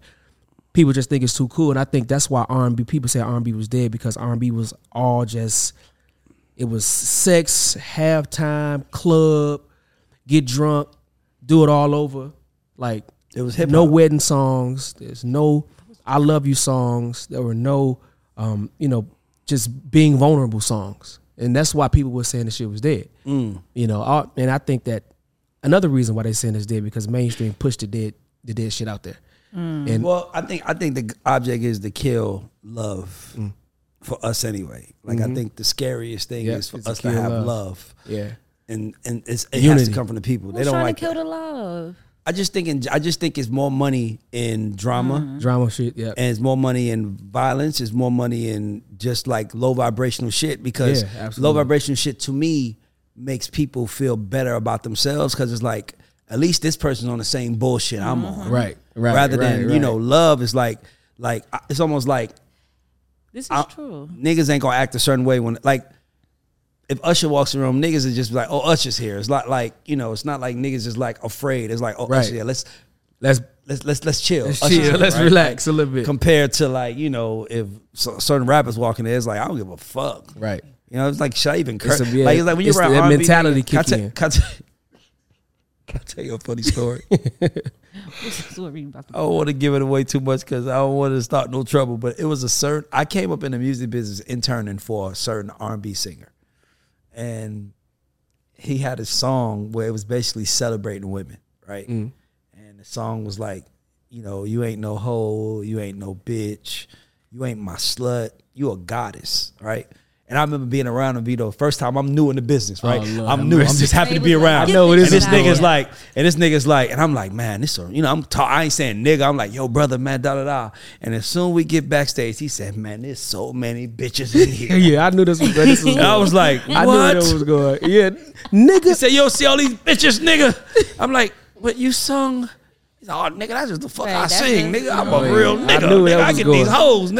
S3: people just think it's too cool, and I think that's why R&B people say R&B was dead because R&B was all just it was sex, halftime, club, get drunk, do it all over. Like
S2: It was hip
S3: no
S2: hop.
S3: wedding songs. There's no I love you songs. There were no um, you know, just being vulnerable songs. And that's why people were saying the shit was dead.
S2: Mm.
S3: You know, I, and I think that another reason why they saying it's dead because mainstream pushed the dead the dead shit out there. And
S2: Well, I think I think the object is to kill love
S3: Mm.
S2: for us anyway. Like I think the scariest thing
S3: Mm-hmm. Yeah,
S2: is for
S3: it's to
S2: us to
S3: kill
S2: have
S3: love.
S2: love.
S3: yeah.
S2: And and it's, it has
S3: Unity.
S2: to come from the people.
S1: Who's
S2: they don't
S1: trying
S2: like.
S1: to kill
S2: it.
S1: the love?
S2: I just think in, I just think it's more money in drama,
S3: Drama shit, yeah.
S2: and it's more money in violence. It's more money in just like low vibrational shit because
S3: Yeah,
S2: low
S3: absolutely.
S2: vibrational shit to me makes people feel better about themselves because it's like at least this person's on the same bullshit I'm on.
S3: Right, right.
S2: rather than
S3: right,
S2: you know
S3: right.
S2: love is like like I- it's almost like
S1: This is
S2: I-
S1: true.
S2: niggas ain't gonna act a certain way when like if Usher walks in the room, niggas is just like, oh Usher's here. It's not like you know, it's not like niggas is like afraid. It's like oh
S3: Right.
S2: Usher, yeah, let's
S3: let's
S2: let's let's let's chill.
S3: Let's
S2: Usher's
S3: chill.
S2: here,
S3: Let's
S2: Oh, right?
S3: relax a little bit.
S2: Compared to like you know if so, certain rappers walk in there, it's like I don't give a fuck.
S3: right.
S2: You know, it's like should I even curse?
S3: It's a- yeah,
S2: like it's like when you're
S3: it's
S2: around
S3: that
S2: R&B
S3: mentality
S2: niggas, can I
S3: kick
S2: tell-
S3: in.
S2: Can I tell- can I tell you a funny story?
S1: This is what we about to
S2: I don't want to give it away too much because I don't want to start no trouble. But it was a certain. I came up in the music business interning for a certain R and B singer, and he had a song where it was basically celebrating women, right? And the song was like, you know, you ain't no hoe, you ain't no bitch, you ain't my slut, you a goddess, right? And I remember being around him, Vito. First time I'm new in the business, right?
S3: Lord have
S2: Oh, I'm new. I'm
S3: mercy.
S2: just happy to
S1: They
S2: be
S1: was like,
S2: around.
S1: I know it
S2: And
S1: is
S2: this
S1: a power.
S2: nigga's like like, and this nigga's like, and I'm like, man, this, a- you know, I'm talk, I ain't saying nigga. I'm like, yo, brother, man, da da da. And as soon we get backstage, he said, man, there's so many bitches in here.
S3: Yeah, I knew this was, this was
S2: And I was like,
S3: I
S2: what?
S3: knew where that was going. Yeah,
S2: He
S3: nigga.
S2: said, yo, see all these bitches, nigga. I'm like, but you sung He's like, oh, nigga, that's just the fuck
S1: Right,
S2: I
S1: that's
S2: sing,
S1: just-
S2: nigga. I'm
S3: Oh, yeah.
S2: a real
S3: I
S2: nigga. I,
S3: knew
S2: nigga,
S3: where that
S2: I
S3: was
S2: get
S3: going.
S2: these hoes, nigga.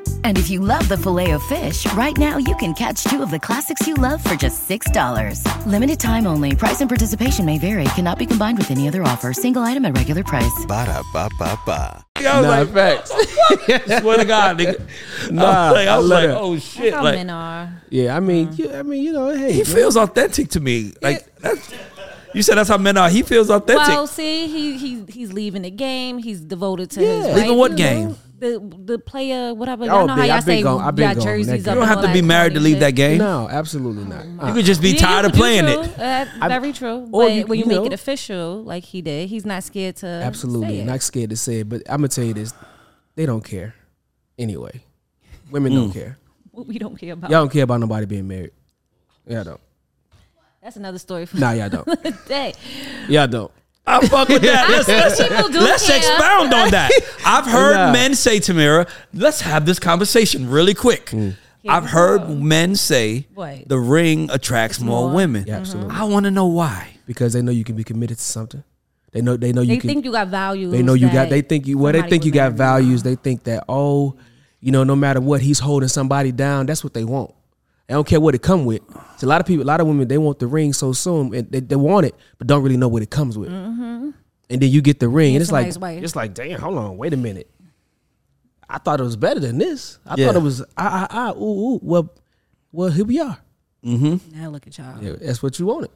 S4: And if you love the filet of fish, right now you can catch two of the classics you love for just $6. Limited time only. Price and participation may vary. Cannot be combined with any other offer. Single item at regular price.
S5: Ba-da-ba-ba-ba.
S2: I was
S3: Nah,
S2: like,
S3: facts.
S2: swear to God, nigga. I
S3: Nah,
S2: was like, I
S3: I
S2: was
S3: love
S2: like
S3: that.
S2: oh shit.
S1: How
S2: Like,
S1: men are.
S3: Yeah, I mean,
S1: Mm.
S3: you, I mean, you know, hey,
S2: he
S3: man.
S2: feels authentic to me. Like, that's, you said that's how men are. He feels authentic.
S1: Well, see, he he he's leaving the game. He's devoted to his
S3: Yeah.
S1: wife,
S2: Leaving what
S1: you
S2: game?
S1: know, The the player, whatever.
S3: Y'all
S1: Y'all know
S3: big.
S1: how
S3: I
S1: y'all
S3: been
S1: say
S3: gone- I been
S1: y'all
S3: gone. That
S1: jerseys
S3: game.
S1: up.
S2: you don't
S1: and
S2: have
S1: all
S2: to be
S1: that
S2: married
S1: corny
S2: to leave
S1: shit.
S2: that game.
S3: no, absolutely
S1: Oh
S3: not. Uh,
S2: You could just be
S1: Yeah,
S2: tired of
S1: you-
S2: playing
S1: true.
S2: it.
S1: Uh,
S3: I-
S1: very true.
S3: or
S1: But
S3: Oh, you-
S1: when you,
S3: you
S1: make
S3: know-
S1: it official, like he did, he's not scared to
S3: Absolutely.
S1: say it.
S3: Not scared to say it, but I'm gonna tell you this: they don't care anyway. Women
S2: Mm.
S3: don't care.
S1: What we don't care about.
S3: Y'all don't care about nobody being married. Y'all don't.
S1: That's another story for
S3: Nah, y'all don't.
S1: the day.
S3: Y'all don't.
S2: I fuck with that. Let's, let's,
S1: People do
S2: let's
S1: care.
S2: expound on that. I've heard
S3: Nah.
S2: men say, Tamara, let's have this conversation really quick. I've heard men say
S1: What?
S2: the ring attracts more,
S1: more.
S2: women.
S3: Yeah, absolutely.
S2: I want to know why.
S3: Because they know you can be committed to something. They know. They know
S1: They
S3: you can.
S1: think you got values.
S3: They know you got.
S1: that
S3: They think you. Well, they
S1: somebody
S3: think you
S1: would
S3: got
S1: marry.
S3: values. They think that oh, you know, no matter what, he's holding somebody down. That's what they want. They don't care what it come with. So a lot of people, a lot of women, they want the ring so soon, and they, they want it, but don't really know what it comes with. And then you get the ring, and it's like,
S1: Mm-hmm. somebody's wife.
S3: it's like, damn, hold on, wait a minute. I thought it was better than this. I
S2: Yeah.
S3: thought it was, I, I, I, ooh, ooh. Well, well, here we are.
S1: Now look at y'all.
S3: Yeah, that's what you wanted.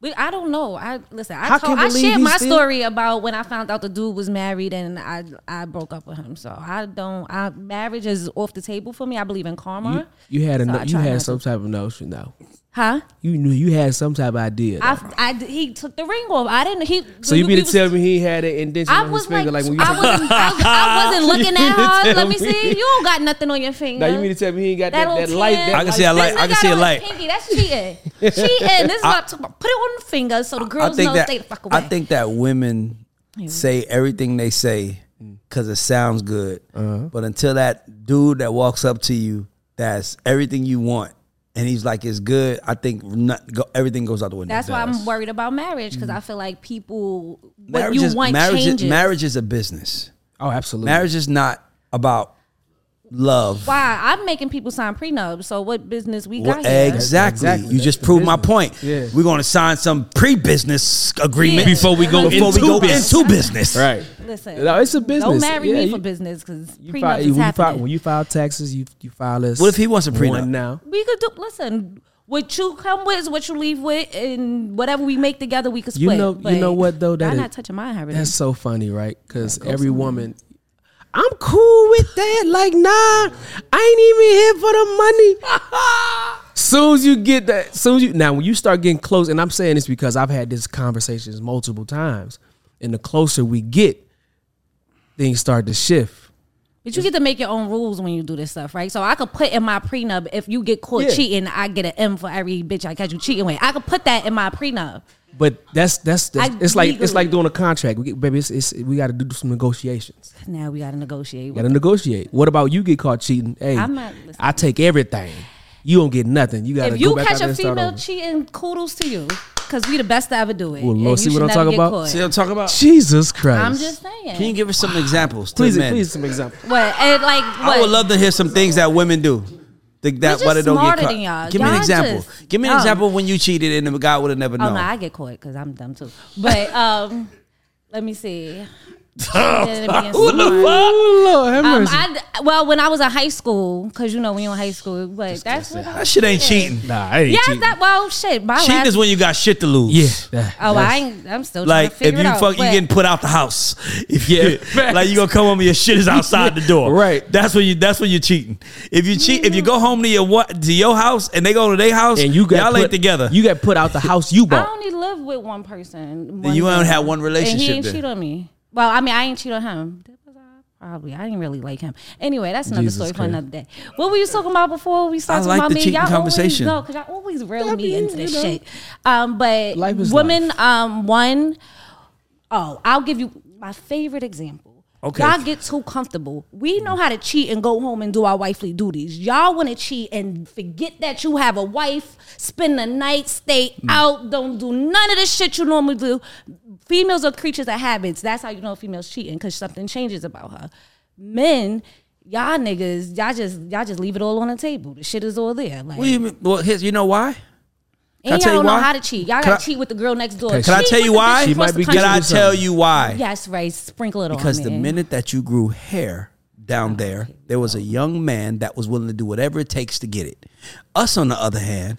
S1: We, I don't know. I listen. I,
S3: How
S1: told,
S3: can
S1: I
S3: we leave
S1: shared
S3: these
S1: my
S3: things-
S1: story about when I found out the dude was married and I I broke up with him. So I don't. I marriage is off the table for me. I believe in karma.
S3: You had a,
S1: So I
S3: no, you
S1: try not
S3: had
S1: to-
S3: some type of notion though.
S1: huh?
S3: You knew you had some type of idea. though.
S1: I, I he took the ring off. I didn't. He
S3: So you
S1: we-
S3: mean
S1: we
S3: to
S1: was-
S3: tell me he had it indented
S1: I
S3: on his
S1: was
S3: finger
S1: like,
S3: like when you
S1: I wasn't. I, I wasn't looking
S3: mean
S1: at
S3: to
S1: her.
S3: tell
S1: Let me
S3: me-
S1: see. You don't got nothing on your finger.
S3: Now you mean to tell me he ain't got that,
S1: That
S3: that,
S1: old
S3: light?
S1: tan.
S3: That
S2: I can see a light.
S3: light.
S1: This
S2: I can
S1: nigga
S2: see a
S1: on his
S2: light.
S1: pinky. That's cheating. cheating. This is about to put it on the finger so the girls know
S2: that,
S1: stay the fuck away.
S2: I think that women say everything they say
S3: Mm.
S2: because it sounds good.
S3: Uh-huh.
S2: But until that dude that walks up to you, that's everything you want, and he's like, it's good, I think not, go, everything goes out the window.
S1: That's why I'm worried about marriage because
S3: Mm.
S1: I feel like people what
S2: marriage
S1: you
S2: is,
S1: want
S2: marriage, is,
S1: changes.
S2: marriage is a business.
S3: Oh, absolutely.
S2: Marriage is not about love.
S1: Why I'm making people sign prenups? So what business we
S2: Well,
S1: got here?
S2: exactly.
S3: Exactly.
S2: You
S3: That's
S2: just
S3: the
S2: proved my
S3: business.
S2: point.
S3: Yeah.
S2: We're going to sign some pre-business agreement
S1: Yeah. Before we
S3: go
S2: before we
S3: into
S2: go
S3: business.
S2: into business.
S3: Right.
S1: Listen,
S3: No, it's a business.
S1: Don't marry
S3: Yeah,
S1: me
S3: you-
S1: for business because
S3: You
S1: prenups
S3: file,
S1: is
S3: when, you file,
S1: happening.
S3: when you file taxes, you you file us.
S2: What if he wants a prenup?
S3: One now.
S1: we could do. Listen, what you come with is what you leave with, and whatever we make together, we could
S3: You
S1: split.
S3: know- you know what, though? That
S1: I'm
S3: is-
S1: not touching my
S3: That's
S1: inheritance.
S3: so funny, right? Because every woman, I'm cool with that. Like, nah, I ain't even here for the money. soon as you get that, soon as you now when you start getting close, and I'm saying this because I've had this conversations multiple times, and the closer we get, things start to shift.
S1: But you get to make your own rules when you do this stuff, right? So I could put in my prenup if you get caught
S3: Yeah.
S1: cheating, I get an M for every bitch I catch you cheating with. I could put that in my prenup.
S3: But that's that's, that's
S1: I
S3: it's like it's like
S1: legally-
S3: doing a contract, we get, baby. It's, it's we got to do some negotiations.
S1: Now we got to negotiate.
S3: Got to negotiate. What about you get caught cheating? Hey,
S1: I'm not listening.
S3: I take everything. You don't get nothing. You got to
S1: if you
S3: go back out
S1: catch
S3: there
S1: a
S3: and start
S1: female
S3: over.
S1: cheating, kudos to you, because we the best to ever do it.
S3: Well, Lord,
S1: and
S3: see
S1: you
S3: what
S1: should
S3: I'm
S1: never get
S3: talking about?
S1: caught.
S2: See what I'm talking about?
S3: Jesus Christ!
S1: I'm just saying.
S2: Can you give us some examples? To
S3: please,
S2: men?
S3: please, some examples.
S1: what? And like what?
S2: I would love to hear some things that women do. Think that
S1: just
S2: why they don't get
S1: smarter
S2: caught.
S1: than y'all.
S2: Give me an
S1: Y'all
S2: example.
S1: just
S2: Give me an
S1: dumb.
S2: example when you cheated and the guy would have never
S1: Oh
S2: known.
S1: no, I get caught because I'm dumb too. But um, let me see. Cheating and being smart.
S3: Oh Lord, have
S1: Um,
S3: mercy.
S1: I, well, when I was in high school, because you know when you're in high school, but that's what I,
S2: that shit ain't cheating.
S3: nah, I ain't
S1: yes,
S3: cheating.
S1: that well, shit. My
S2: Cheating
S1: last,
S2: is when you got shit to lose.
S3: yeah. that-
S1: oh,
S3: that's-
S1: I ain't, I'm still trying
S2: Like
S1: to
S2: if
S1: figure it
S2: you
S1: out.
S2: fuck, you
S1: but-
S2: getting put out the house. If you
S3: Yeah.
S2: like, you gonna come home and your shit is outside the door.
S3: Right.
S2: That's when you. That's when you cheating. If you cheat, if you
S1: Mm-hmm.
S2: go home to your what to your house and they go to their house
S3: And you got
S2: y'all
S3: put,
S2: ain't together.
S3: You got put out the house you
S1: I
S3: bought.
S1: only live with one person.
S2: you
S1: girl.
S2: only had one relationship
S1: And he ain't
S2: then.
S1: cheat on me. Well, I mean, I ain't cheat on him. Probably. I didn't really like him. Anyway, that's another
S3: Jesus
S1: story for
S3: Christ.
S1: another day. What were you talking about before we started
S2: I
S1: talking
S2: like
S1: about
S2: the
S1: me?
S2: cheating
S1: Y'all
S2: conversation.
S1: always go because y'all always reel
S3: I
S1: me
S3: mean,
S1: into this
S3: you know.
S1: shit. Um, but
S3: Life is
S1: women, um, one, oh, I'll give you my favorite example.
S2: Okay.
S1: Y'all get too comfortable. We know how to cheat and go home and do our wifely duties. Y'all want to cheat and forget that you have a wife, spend the night, stay
S2: Mm.
S1: out, don't do none of the shit you normally do. Females are creatures of habits. That's how you know a female's cheating because something changes about her. Men, y'all niggas, y'all just y'all just leave it all on the table. The shit is all there. Like,
S2: What do you mean? Well, here's, you know why? Can I
S1: and
S2: tell
S1: y'all
S2: you
S1: don't know
S2: why?
S1: how to cheat. Y'all
S2: Can
S1: got
S2: I-
S1: to cheat with the girl next door.
S3: Okay,
S2: Can I
S1: Cheat
S2: tell
S1: with
S2: you
S1: the
S2: why?
S1: bitch
S3: She
S1: across
S3: might
S1: the
S3: be-
S1: country.
S2: Can I
S3: Country
S2: tell
S3: with
S2: you why?
S1: Yes, right. Sprinkle it on
S2: Because the
S1: Oh, man. Ah,
S2: minute that you grew hair down there, there was a young man that was willing to do whatever it takes to get it. Us, on the other hand,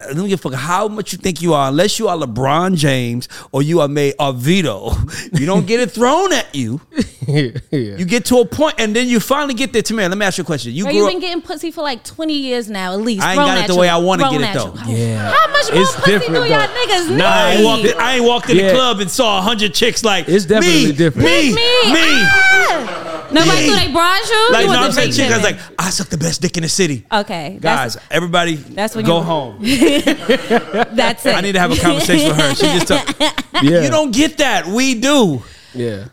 S2: I don't give a fuck how much you think you are, unless you are LeBron James or you are made Arvito. You don't get it thrown at you. You get to a point, and then you finally get there. Tamara, let me ask you a question. You
S1: Girl,
S2: grew
S1: you've
S2: up.
S1: been getting pussy for like 20 years now, at least.
S2: I ain't
S1: Thrown
S2: got it
S1: at
S2: the
S1: you.
S2: way I wanna
S1: Thrown
S2: get it,
S1: at
S2: though.
S1: you.
S3: Yeah.
S1: How much more
S3: It's
S1: pussy do
S3: different,
S1: y'all
S3: though.
S1: niggas
S2: Nah, I ain't walked.
S1: need?
S2: I ain't walked in the
S3: Yeah.
S2: club and saw a hundred chicks like
S3: It's definitely
S2: me,
S3: different.
S2: Me,
S1: Me.
S2: me.
S1: Ah! Nobody
S2: Me.
S1: threw they bras you? you
S2: Like no,
S1: want
S2: I'm
S1: the
S2: saying
S1: big
S2: chicks. I was like,
S1: women.
S2: I suck the best dick in the city.
S1: okay.
S2: Guys, everybody,
S1: that's when
S2: go
S1: you-
S2: home.
S1: That's, that's it.
S2: I need to have a conversation with her. She just took,
S3: Yeah.
S2: you don't get that. We do.
S3: Yeah.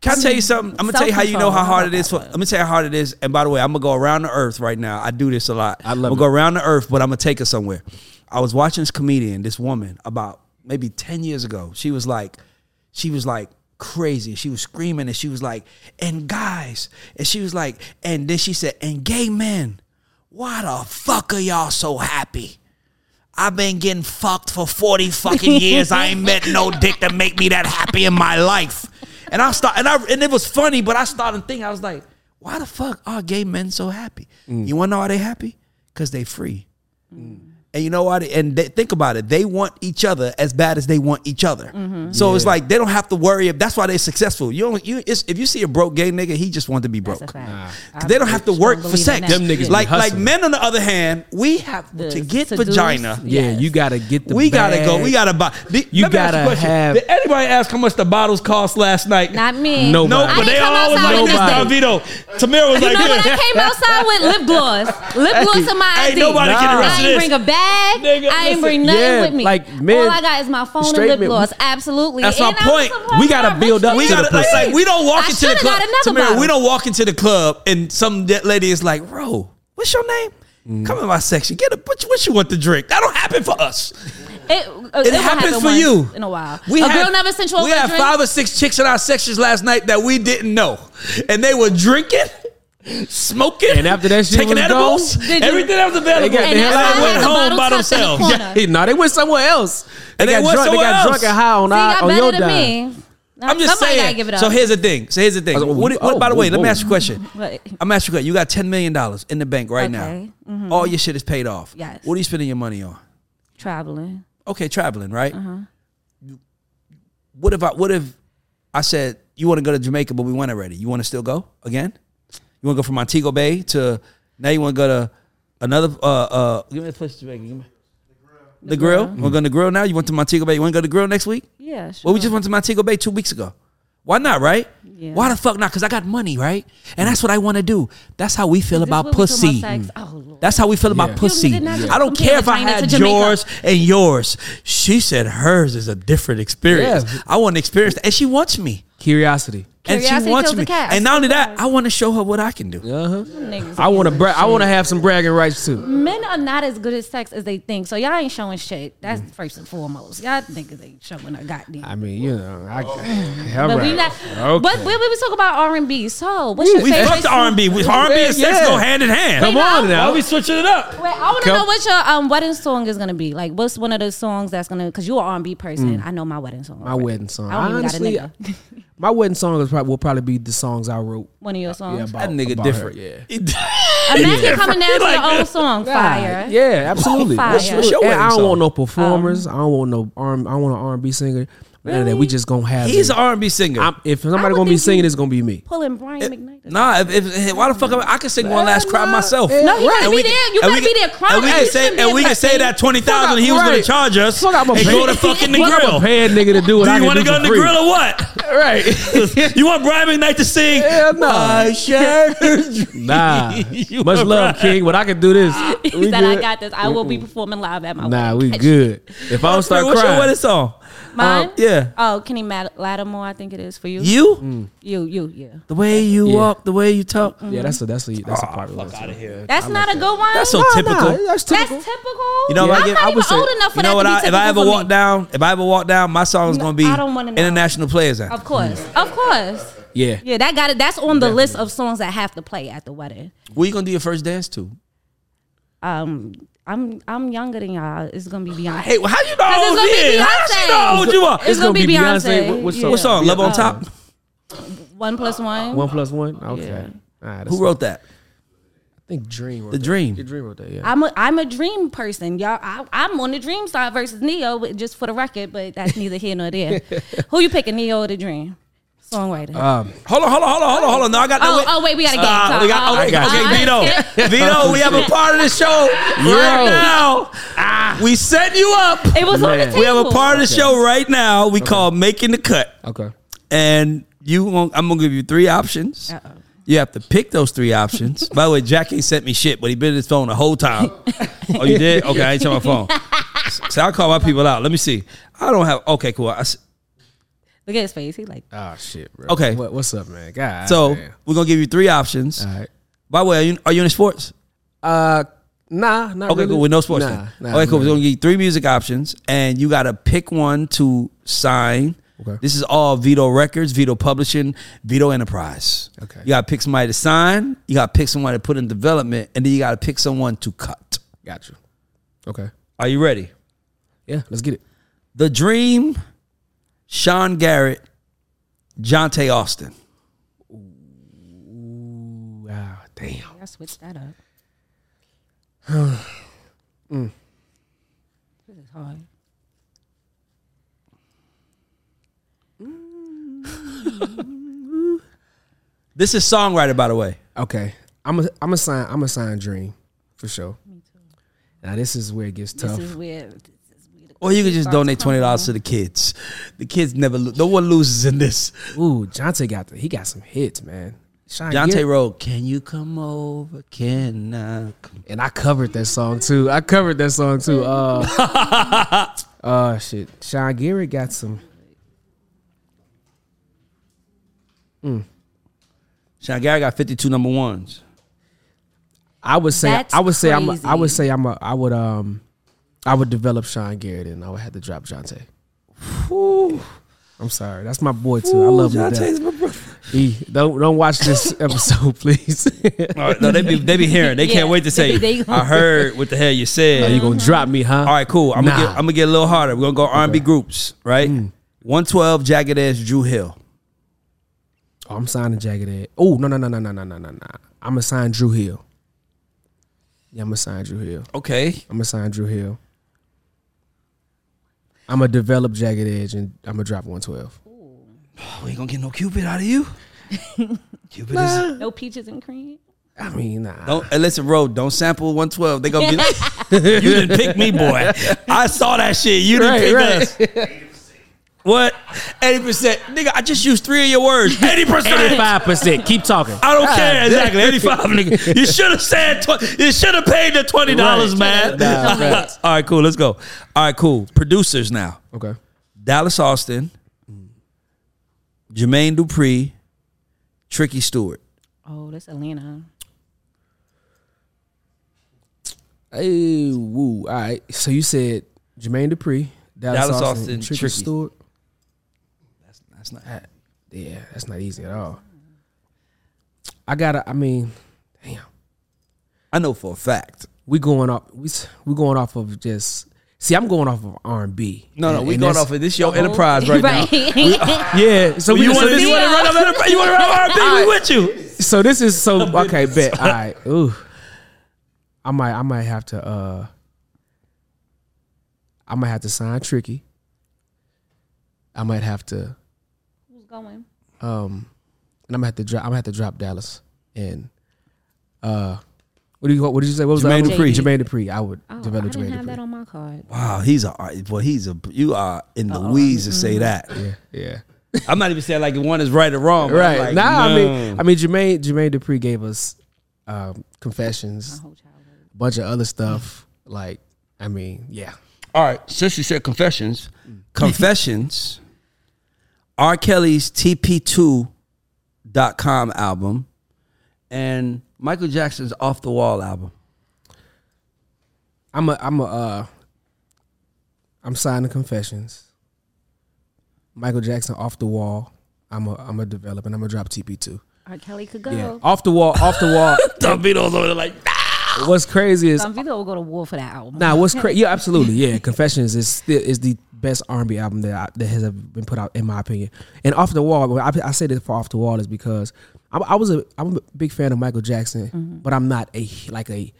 S2: Can I tell you something? I'm gonna tell you how you know how
S1: Self-control.
S2: hard it is. For, I'm gonna tell you how hard it is. And by the way, I'm gonna go around the earth right now. I do this a lot.
S3: I love
S2: I'm gonna go
S3: it.
S2: around the earth, but I'm gonna take her somewhere. I was watching this comedian, this woman, about maybe ten years ago. She was like, she was like crazy. She was screaming, and she was like, and guys, and she was like, and then she said, and gay men, why the fuck are y'all so happy? I've been getting fucked for 40 fucking years. I ain't met no dick to make me that happy in my life. And I start and I and it was funny, but I started thinking, I was like, why the fuck are gay men so happy? You wanna know why they happy? Cause they free. And you know what? And they, think about it. They want each other as bad as they want each other. So it's like they don't have to worry. If that's why they're successful. You don't. You it's, if you see a broke gay nigga, he just wants to be broke.
S1: a fact. Nah.
S2: 'Cause They don't have to
S1: I
S2: work
S1: strongly
S2: for sex.
S1: believe in that Them niggas shit. be
S2: like like
S3: hustling.
S2: men on the other hand, we have
S1: The
S2: to get
S1: seduce-
S2: vagina.
S3: Yeah,
S1: Yes.
S3: you gotta get the.
S2: We gotta go.
S3: bag.
S2: We gotta buy. The,
S3: You
S2: let me ask
S3: gotta
S2: a question.
S3: have-
S2: Did anybody ask how much the bottles cost last night?
S1: Not me.
S3: No,
S2: No,
S3: I
S2: but
S3: didn't
S2: they
S1: come
S2: all was
S1: outside
S2: like
S1: with
S2: this.
S1: this
S2: Davito, Tamir was
S1: You
S2: like
S1: know what
S2: this.
S1: I came outside with? Lip gloss. Lip gloss in my
S2: Ain't
S1: ID.
S2: nobody
S3: getting the
S1: I
S3: rest
S1: ain't
S3: of
S2: this.
S1: bring a bag. I
S2: Nigga, listen.
S1: ain't bring nothing
S3: Yeah,
S1: with me.
S3: like, men-
S1: All I got is my phone and
S3: straight
S1: lip
S3: men-
S1: gloss. Absolutely.
S2: That's my
S1: And I was
S2: point.
S1: supposed
S3: We
S1: to
S3: gotta
S1: have
S3: build
S1: rich
S3: up
S2: We
S1: niggas.
S3: to the
S2: gotta like,
S3: pussy.
S2: like we don't walk
S1: I
S2: into the
S1: shoulda
S2: club.
S1: got another
S2: Tamir,
S1: bottle.
S2: we don't walk into the club and some that lady is like, "Bro, what's your name?
S3: Mm.
S2: Come in my section. Get a what you, what you want to drink. That don't happen for us.
S1: It,
S2: It, happens for
S1: once
S2: you.
S1: in a while.
S2: We
S1: a
S2: had,
S1: girl never sent you over
S2: We
S1: a
S2: had
S1: drink.
S2: five or six chicks in our sections last night that we didn't know, and they were drinking. Smoking
S3: And after that shit
S2: taking
S3: was
S2: edibles,
S3: gone,
S1: Did you-
S2: everything that was available,
S3: They got
S1: and
S3: the hell
S1: that's why
S3: out
S1: I
S3: of where
S1: had
S3: they
S1: the
S2: went
S1: bottle
S2: home by
S1: tucked in the
S2: themselves.
S1: corner.
S3: Hey, no, they went somewhere else. They,
S2: And they
S3: got
S2: went
S3: drunk. They
S2: somewhere
S3: got
S2: else.
S3: drunk and high on,
S1: See,
S3: our,
S1: y'all
S3: on your
S1: better than
S3: dime.
S1: me.
S2: I'm just
S1: Somebody
S2: saying.
S1: gotta give it up.
S2: So here's the thing. So here's the thing.
S3: Oh,
S2: What, what,
S3: oh,
S2: by the way, let me
S3: oh.
S2: ask you a question.
S1: What?
S2: I'm asking you. a question. You got ten million dollars in the bank right
S1: Okay. Mm-hmm.
S2: now. All your shit is paid off.
S1: Yes.
S2: What are you spending your money on?
S1: traveling.
S2: Okay, traveling, right?
S1: Uh-huh.
S2: What if I? What if I said you want to go to Jamaica, but we went already? You want to still go again? You want to go from Montego Bay to now? You want to go to another? Uh, uh, give me the place, Jamaica. Give me. The, grill. We're going to grill now. You went to Montego Bay. You want to go to grill next week?
S1: Yeah, sure.
S2: Well, we just went to Montego Bay two weeks ago. Why not, right?
S1: Yeah.
S2: Why the fuck not? Because I got money, right? And that's what I want to do. That's how we feel
S1: This
S2: about
S1: what we talking
S2: pussy.
S1: about sex? Oh, Lord.
S2: That's how we feel about
S3: You
S2: pussy.
S1: did not just
S2: I don't
S1: compare
S2: care if I
S1: vagina
S2: had
S1: to Jamaica.
S2: yours and yours. She said hers is a different experience.
S3: Yeah.
S2: I want to experience that. And she wants me.
S3: Curiosity.
S2: And she
S1: Curiosity
S2: wants
S1: kills the
S2: me.
S1: cat.
S2: And not only that, I want to show her what I can do.
S1: Niggas
S3: I want to.
S1: is
S3: Bra- I
S1: shit.
S3: want to have some bragging rights too.
S1: Men are not as good at sex as they think, so y'all ain't showing shit. That's
S2: Mm.
S1: first and foremost. Y'all niggas ain't showing a goddamn.
S3: I mean, you know, I,
S2: Oh.
S3: all
S1: but
S3: right.
S1: we not.
S3: okay.
S1: But we, we, we talk about R and B. So what's your
S2: We
S1: favorite?
S2: fucked the
S1: song?
S2: R&B. We- R&B and sex
S3: Yeah.
S2: go hand in hand.
S3: Come on now.
S1: Oh.
S2: switching it up?
S1: Wait, I want to
S3: Come-
S1: know what your um wedding song is gonna be. Like, what's one of those songs that's gonna? Cause you're an R and B
S2: Mm.
S1: person. I know my wedding song.
S3: My
S1: already.
S3: wedding song.
S1: I don't even
S3: Honestly,
S1: got a nigga.
S3: my wedding song is probably will probably be the songs I wrote.
S1: One of your songs.
S3: Yeah,
S2: That
S3: about,
S2: nigga
S3: about her,
S2: different.
S3: Yeah.
S1: Imagine coming down to
S2: Like
S1: your own
S2: this.
S1: song, fire.
S3: God, Yeah, absolutely.
S1: Fire. What's-
S2: what's your
S3: And
S2: wedding
S3: Um, I don't
S2: song?
S3: want no performers. I don't want no arm. I don't want an R and B singer. None of that. We just gonna have.
S2: He's
S3: it.
S2: an R&B singer.
S3: I'm, if
S1: I
S3: somebody
S1: would
S3: gonna be
S1: think
S3: singing,
S1: you-
S3: it's gonna be me.
S1: Pulling Brian McKnight.
S2: Nah, if, if, why the fuck am I, I can sing one last cry
S3: nah,
S2: myself.
S3: yeah.
S1: No, he gotta
S2: And
S1: be
S2: we can-
S1: there. You
S2: and
S1: gotta
S2: we
S1: be
S2: can-
S1: there crying.
S2: And we
S1: You
S2: can
S1: shouldn't
S2: say
S1: be
S2: and we
S1: like
S2: can say
S1: that.
S2: that twenty thousand he was
S3: Right.
S2: gonna charge us
S3: Fuck, I'm a
S2: and
S3: pay-
S2: go to fucking the
S3: fuck, I'm a
S2: grill.
S3: paid nigga to do what
S2: Do
S3: I
S2: you
S3: can
S2: want to
S3: do
S2: go
S3: for
S2: to the
S3: free.
S2: grill or what?
S3: Right.
S2: You want Brian McKnight to sing?
S3: Hell no.
S2: My Shepherd?
S3: Nah.
S2: You
S3: Much
S2: are
S3: love,
S2: right.
S3: King. But I can do this.
S1: He
S3: We
S1: said, I
S3: good?
S1: got this. I will be performing live at my
S3: Nah, we
S1: wedding."
S3: good. If I don't start
S2: What's your
S3: crying,
S2: wedding song?
S1: Mine?
S2: yeah.
S1: Oh, Kenny Mat- Lattimore, I think it is for you.
S2: You?
S1: You, you, Mm. yeah. Mm.
S2: The way you
S3: Yeah.
S2: walk, the way you talk.
S3: yeah, that's a that's a that's a part of it.
S2: Oh, here.
S1: That's not a good one.
S2: That's so typical.
S1: That's
S3: that's typical.
S1: typical.
S2: You know,
S1: I'm not
S2: like if-
S1: even
S2: I
S3: would say-
S1: old enough for
S2: You
S1: that
S2: know what?
S1: to be
S2: I, if
S1: typical
S2: I ever
S1: for
S2: walk
S1: me.
S2: down, if I ever walk down, my song is
S1: No,
S2: gonna be
S1: I don't wanna know.
S2: international players. Anthem.
S1: Of course,
S2: Mm.
S1: of course.
S3: Yeah.
S1: Yeah, that got it. That's on the list of songs that have to play at the wedding.
S2: Where you gonna do your first dance to?
S1: Um, I'm I'm younger than y'all. It's gonna be Beyonce.
S2: Hey, well, how you know
S1: it's
S2: how old
S1: gonna
S2: you
S1: be
S2: is? How
S1: Beyonce.
S2: she know how old you are?
S1: It's gonna be Beyonce.
S3: What, what
S1: Yeah.
S3: song?
S2: What song? Love on top.
S1: One
S2: Uh,
S1: plus one.
S3: One plus one. Okay. All right, that's-
S2: Who wrote that?
S3: I think Dream. Wrote
S2: The
S3: that.
S2: Dream.
S3: The Dream wrote that. Yeah.
S1: I'm a I'm a dream person, y'all. I, I'm on the dream side versus Neo, but just for the record. But that's neither here nor there. Who you picking, Neo or the Dream? Songwriter.
S2: Hold on, hold on, hold on, hold on, hold on. No, I got
S1: Oh,
S2: no.
S1: oh, wait, we got a game.
S2: Uh, we got,
S1: Sorry.
S2: oh, wait,
S1: I got you.
S2: okay, Vito. Vito, we have a part of the show right
S3: Yo.
S2: now. We set you up.
S1: Ah. it was on the
S3: Man.
S1: table.
S2: We have a part of the show right now. We call making the cut,
S3: okay.
S2: and you. Gonna, I'm gonna give you three options.
S1: Uh-oh.
S2: You have to pick those three options. By the way, Jack ain't sent me shit, but he been on his phone the whole time. oh, you did? Okay, I ain't check my phone. So I'll call my people out. Let me see. I don't have. Okay, cool. I s
S1: Look at his face. He like.
S2: uh,
S3: Oh shit, bro.
S2: Okay.
S3: What, what's up, man? God.
S2: so
S3: damn.
S2: we're gonna give you three options.
S3: All right.
S2: By the way, are you, are you into sports?
S3: Uh, nah, not
S2: Okay,
S3: really.
S2: cool. With no sports.
S3: Nah,
S2: then.
S3: nah,
S2: okay, cool.
S3: nah.
S2: We're gonna give you three music options, and you gotta pick one to sign.
S3: Okay.
S2: This is all Vito Records, Vito Publishing, Vito Enterprise.
S3: Okay.
S2: You gotta pick somebody to sign. You gotta pick someone to put in development, and then you gotta pick someone to cut.
S3: Got you. Okay.
S2: Are you ready?
S3: Yeah, let's get it.
S2: The Dream, Sean Garrett, Jonte Austin.
S3: Wow, Ah, damn.
S1: I switched that up.
S2: Mm.
S1: This is hard.
S2: This is songwriter, by the way.
S3: Okay, I'm a I'm a sign I'm a sign dream for sure. Me too. Now this is where it gets tough.
S1: This is weird.
S2: Or you could just donate twenty dollars to the kids. The kids never lose. No one loses in this.
S3: Ooh, Jonte got the, he got some hits, man. Sean
S2: Jonte
S3: Garrett-
S2: Road, can you come over? Can I come?
S3: and I covered that song too. I covered that song too. Uh, uh shit. Sean Garrett got some.
S2: Sean Garrett got fifty two number ones.
S3: I would say
S1: That's
S3: I would say I'm a, I would
S1: crazy.
S3: say I'm a I would um I would develop Sean Garrett and I would have to drop Jonte. I'm sorry, that's my boy too. I love him. to death. He- don't don't watch this episode, please.
S2: All right, no, they be they be hearing. They
S1: Yeah.
S2: can't wait to say.
S1: They- they-
S2: I heard what the hell you
S3: Are
S2: said.
S3: you
S1: Uh-huh.
S3: gonna drop me, huh?
S2: All right, cool. I'm
S3: Nah. Mm.
S2: gonna get, I'm gonna get a little harder. We're gonna go R and B groups, right? One twelve, jagged edge, Drew Hill.
S3: Oh, I'm signing Jagged Edge. Oh no no no no no no no no no. I'm gonna sign Drew Hill. Yeah, I'm gonna sign Drew Hill.
S2: Okay,
S3: I'm gonna sign Drew Hill. I'm gonna develop Jagged Edge and I'm gonna drop 112.
S2: we ain't gonna get no Cupid out of you. Cupid is
S1: No peaches and cream.
S3: I mean, nah.
S2: Don't and listen, bro. Don't sample 112. They gonna be like, you didn't pick me, boy. I saw that shit. You didn't
S3: Right,
S2: pick
S3: right.
S2: us. What? Eighty percent, nigga. I just used three of your words. Eighty percent.
S3: 85%. Keep talking.
S2: I don't care exactly. Eighty five, nigga. You should have said. Tw- you should have paid the twenty dollars, man.
S3: Nah, facts.
S2: All right, cool. Let's go. All right, cool. Producers now:
S3: Okay.
S2: Dallas Austin, Jermaine Dupree, Tricky Stewart.
S1: Oh, that's Atlanta.
S3: Hey, woo. All right. So you said Jermaine Dupree, Dallas,
S2: Dallas
S3: Austin,
S2: Austin,
S3: Tricky,
S2: Tricky.
S3: Stewart.
S2: That's not. That.
S3: Yeah, that's not easy at all. I gotta. I mean, damn.
S2: I know for a fact.
S3: We going off. We s- we going off of just. See, I'm going off of R and B.
S2: No, no, we going off of this. Your enterprise right, now.
S1: Right. uh,
S3: Yeah. So
S2: Well,
S3: we
S2: you
S3: so
S2: want to
S3: this-
S2: you want to run up enterprise? You want to run up RP? We with you.
S3: So this is so okay. Bet. All right. Ooh. I might. I might have to. uh I might have to sign Tricky. I might have to
S1: Who's going?
S3: um, and I'm gonna have to drop. I'm gonna have to drop Dallas. And uh, what do you what did you say? What was
S2: Jermaine
S3: the other one?
S2: Dupri.
S3: Jermaine Dupri. I would
S1: Oh, I
S3: develop
S1: didn't
S3: Jermaine
S1: have that
S3: Dupri.
S1: on my card.
S2: Wow, he's a art- boy. He's a you are in the weeds to say that.
S3: Yeah.
S2: I'm not even saying like one is right or wrong. but I'm
S3: Right.
S2: like,
S3: nah, I
S2: no.
S3: mean, I mean, Jermaine Jermaine Dupri gave us um, confessions,
S1: Whole childhood.
S3: a bunch of other stuff. Like, I mean, yeah.
S2: All right, since you said confessions, confessions. R. Kelly's TP2.com album and Michael Jackson's Off the Wall album.
S3: I'm a I'm a uh, I'm signing confessions. Michael Jackson off the wall. I'm a I'm a develop and I'm gonna drop TP two.
S1: R. Kelly could go.
S3: Yeah. Off the wall. Off the wall.
S2: The Beatles over there like
S3: What's crazy is
S1: Some people will go to war for that album.
S3: Nah, what's crazy? Yeah, absolutely. Yeah, Confessions is still is the best R and B album that I, that has ever been put out, in my opinion. And Off the Wall, well, I, I say this for Off the Wall is because I, I was a I'm a big fan of Michael Jackson, but I'm not a like a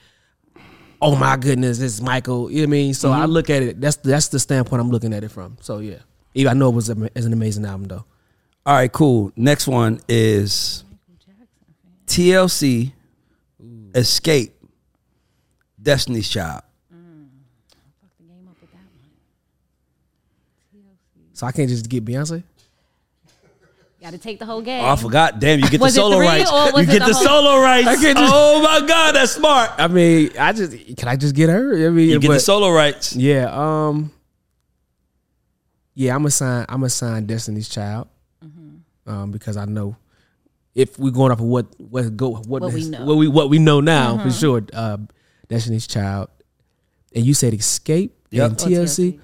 S3: oh my goodness, it's Michael. You know what I mean? So I look at it. That's that's the standpoint I'm looking at it from. So yeah, even I know it was a, it's an amazing album though.
S2: All right, cool. Next one is TLC Escape Destiny's Child.
S3: So I can't just get Beyonce.
S1: Got to take the whole game.
S2: Oh, I forgot. Damn, you get the
S1: Was it
S2: solo
S1: three
S2: rights.
S1: or was
S2: You
S1: it
S2: get
S1: the
S2: the
S1: whole-
S2: solo rights.
S3: I can't just-
S2: Oh my God, that's smart.
S3: I mean, I just can I just get her? I mean,
S2: You get the
S3: but-
S2: solo rights.
S3: Yeah. Um. Yeah, I'm a sign. I'm a sign Destiny's Child,
S1: Mm-hmm.
S3: um, because I know if we're going off of what what go what,
S1: What we
S3: has-
S1: know. Mm-hmm.
S3: what we what we know now for sure. Uh, Destiny's Child, and you said Escape
S2: Yep.
S3: and
S1: Or TLC.
S3: TLC.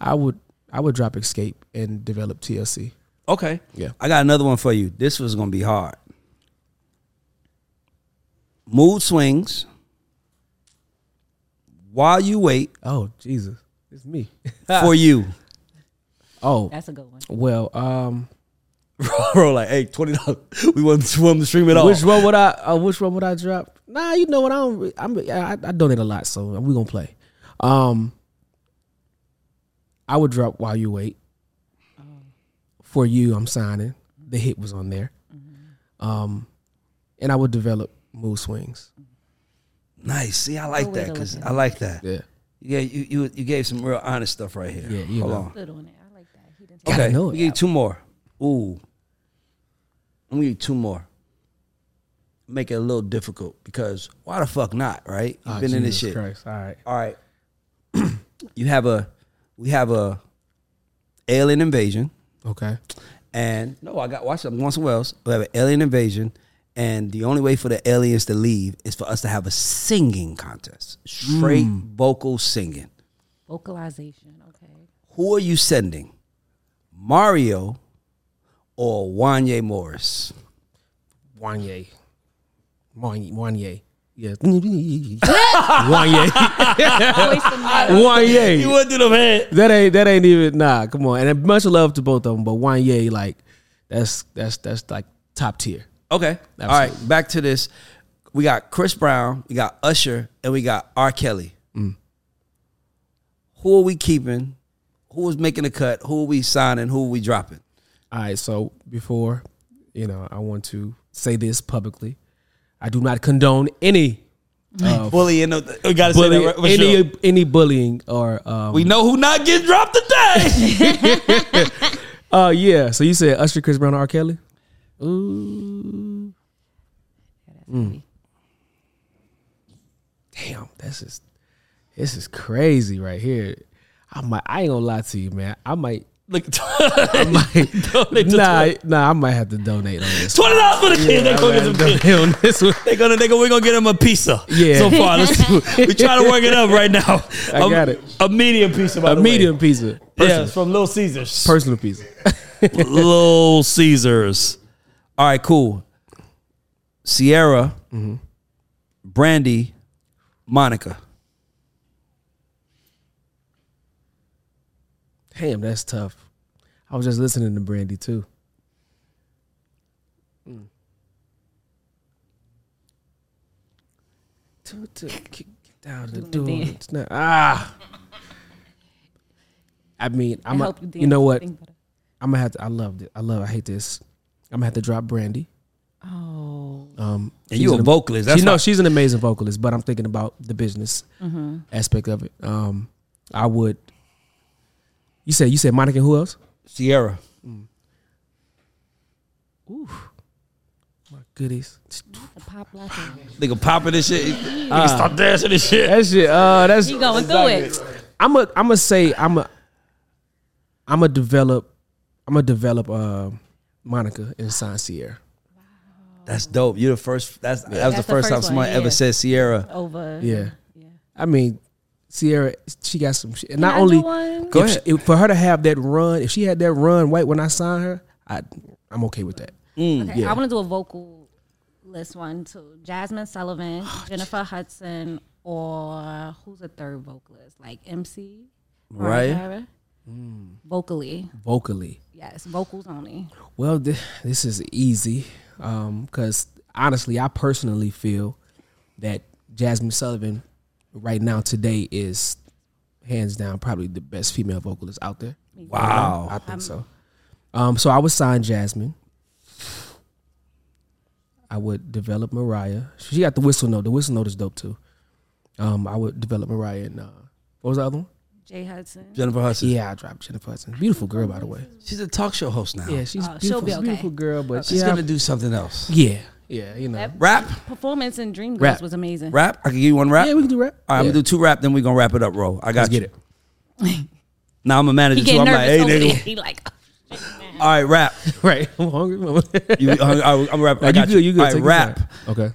S3: I would I would drop Escape and develop TLC.
S2: Okay.
S3: Yeah.
S2: I got another one for you. This was gonna be hard. Mood swings. While you wait
S3: Oh Jesus, it's me.
S2: for you.
S3: Oh
S1: That's a good one.
S3: well. Um.
S2: Bro, like, hey, twenty dollars. We want we want to stream it all.
S3: Which one would I? Uh, which one would I drop? Nah, you know what? I don't. re- I'm. I, I donate a lot, so we gonna play. Um, I would drop while you wait. For you, I'm signing. The hit was on there. Um, and I would develop mood swings.
S2: Nice. See, I like
S1: way
S2: that
S1: to
S2: because
S1: look at
S2: I like that.
S3: Yeah,
S2: Yeah, you, you you gave some real honest stuff right here.
S3: Yeah, you
S2: Hold
S3: know.
S2: on.
S1: Good on it. I like that. He didn't take
S3: Gotta
S2: Okay,
S3: know
S2: we
S3: it.
S2: give you two more. Ooh, I'm gonna give you two more. Make it a little difficult because why the fuck not? Right? You've
S3: Ah,
S2: been in this
S3: Jesus
S2: shit.
S3: Christ. All right.
S2: All right. you have a, we have a, alien invasion,
S3: Okay.
S2: and no, I got watch. I'm going somewhere else. We have an alien invasion, and the only way for the aliens to leave is for us to have a singing contest, straight vocal singing.
S1: Vocalization. Okay.
S2: Who are you sending? Mario or Wanye Morris?
S3: Wanye. Wanye. Wanye. Yeah. Wanye. Wanye.
S2: wouldn't do them head.
S3: That ain't that ain't even nah. Come on, and much love to both of them, but Wanye like that's that's that's like top tier.
S2: Okay. All right. Back to this. We got Chris Brown, we got Usher, and we got R. Kelly. Who are we keeping? Who is making the cut? Who are we signing? Who are we dropping?
S3: All right, so before you know, I want to say this publicly. I do not condone any
S2: Bullying. We gotta
S3: bullying, any any bullying or um,
S2: We know who not getting dropped today.
S3: uh yeah. So you said Usher, Chris Brown, and R. Kelly. Mm. Damn, this is this is crazy right here. I might I ain't gonna lie to you, man. I might.
S2: Look,
S3: I might
S2: Donate to
S3: nah, nah, I might have to donate on this.
S2: twenty dollars for the kid.
S3: I might have to donate on this one.
S2: They gonna, they gonna, we're gonna get him a pizza.
S3: Yeah.
S2: So far, let's do it. We trying to work it up right now.
S3: I
S2: A-
S3: got it.
S2: A medium pizza. By
S3: A
S2: the
S3: medium
S2: Way.
S3: pizza.
S2: Yeah,
S3: Personal,
S2: it's from Little Caesars.
S3: personal pizza.
S2: Little Caesars. All right, cool. Sierra,
S3: Mm-hmm.
S2: Brandy, Monica.
S3: Damn, that's tough. I was just listening to Brandy too. Mm. Two, two, kick down the door.
S1: dance.
S3: It's not- Ah. I mean, I'm.
S1: I
S3: A,
S1: hope you,
S3: you know what?
S1: dance.
S3: I'm gonna have to. I loved it. I love. I hate this. I'm gonna have to drop Brandy.
S1: Oh,
S3: Um,
S2: And
S3: she's
S2: you a
S3: an-
S2: vocalist. That's
S3: she, no,
S2: why-
S3: she's an amazing vocalist, but I'm thinking about the business
S1: Mm-hmm.
S3: aspect of it. Um, I would. You said you said Monica and who else?
S2: Sierra.
S3: My goodies.
S1: the pop locker.
S2: Nigga popping this shit.
S3: Ah.
S2: Nigga start dancing this shit.
S3: That shit. Uh, that's.
S1: You going through it?
S3: I'm a. I'm gonna say I'm a. I'm a develop. I'm gonna develop. Uh, Monica and San Sierra.
S2: That's dope. You're the first. That's that was
S1: That's
S2: the first time somebody
S1: one,
S2: ever
S1: yeah.
S2: said Sierra.
S1: over.
S3: Yeah.
S1: yeah.
S3: I mean, Sierra. She got some. shit. And
S1: Can I
S3: not
S1: do
S3: only.
S1: one?
S2: Go
S3: if
S2: ahead.
S3: she- if- for her to have that run, if she had that run white when I signed her, I I'm okay with that.
S1: Okay, I want to do a vocal list one too. Jasmine Sullivan,
S3: Oh,
S1: Jennifer Hudson, or who's a third vocalist? Like MC,
S2: Mariah?
S1: Mariah Carey?
S3: Mm.
S1: Vocally,
S3: Vocally,
S1: yes, vocals only.
S3: well, th- this is easy because honestly, I personally feel that Jasmine Sullivan right now today is hands down probably the best female vocalist out there.
S2: Wow.
S3: I think so. Um, so I would sign Jasmine. I would develop Mariah. She got the whistle note. The whistle note is dope too. Um, I would develop Mariah and uh, what was the other one?
S1: Jay Hudson.
S2: Jennifer Hudson.
S3: Yeah, I dropped Jennifer Hudson. Beautiful girl, by the way.
S2: She's a talk show host now.
S3: Yeah, she's
S1: Oh, she'll
S3: beautiful,
S1: be
S3: she's a beautiful
S1: okay.
S3: girl, but
S2: She's
S3: yeah,
S2: gonna do something else.
S3: yeah, yeah, you know.
S1: Yep.
S2: Rap,
S1: Performance in Dreamgirls
S3: Rap.
S1: was amazing.
S2: rap. I can give you one rap.
S3: Yeah, we can do rap.
S2: All right, I'm
S3: Yeah.
S2: gonna do two rap, then we're gonna wrap it up, bro. I got
S3: Let's
S2: you.
S3: get it.
S2: Now I'm a manager
S1: He
S2: too.
S1: get
S2: I'm
S1: nervous.
S2: like, hey,
S1: over there.
S2: nigga.
S1: He like, "Oh,
S2: All right, rap.
S3: Right, I'm hungry. mama.
S2: You, I, am rap. I
S3: Like, you
S2: got
S3: good? You good?
S2: All right,
S3: Take Mm. your
S2: rap.
S3: time. Okay.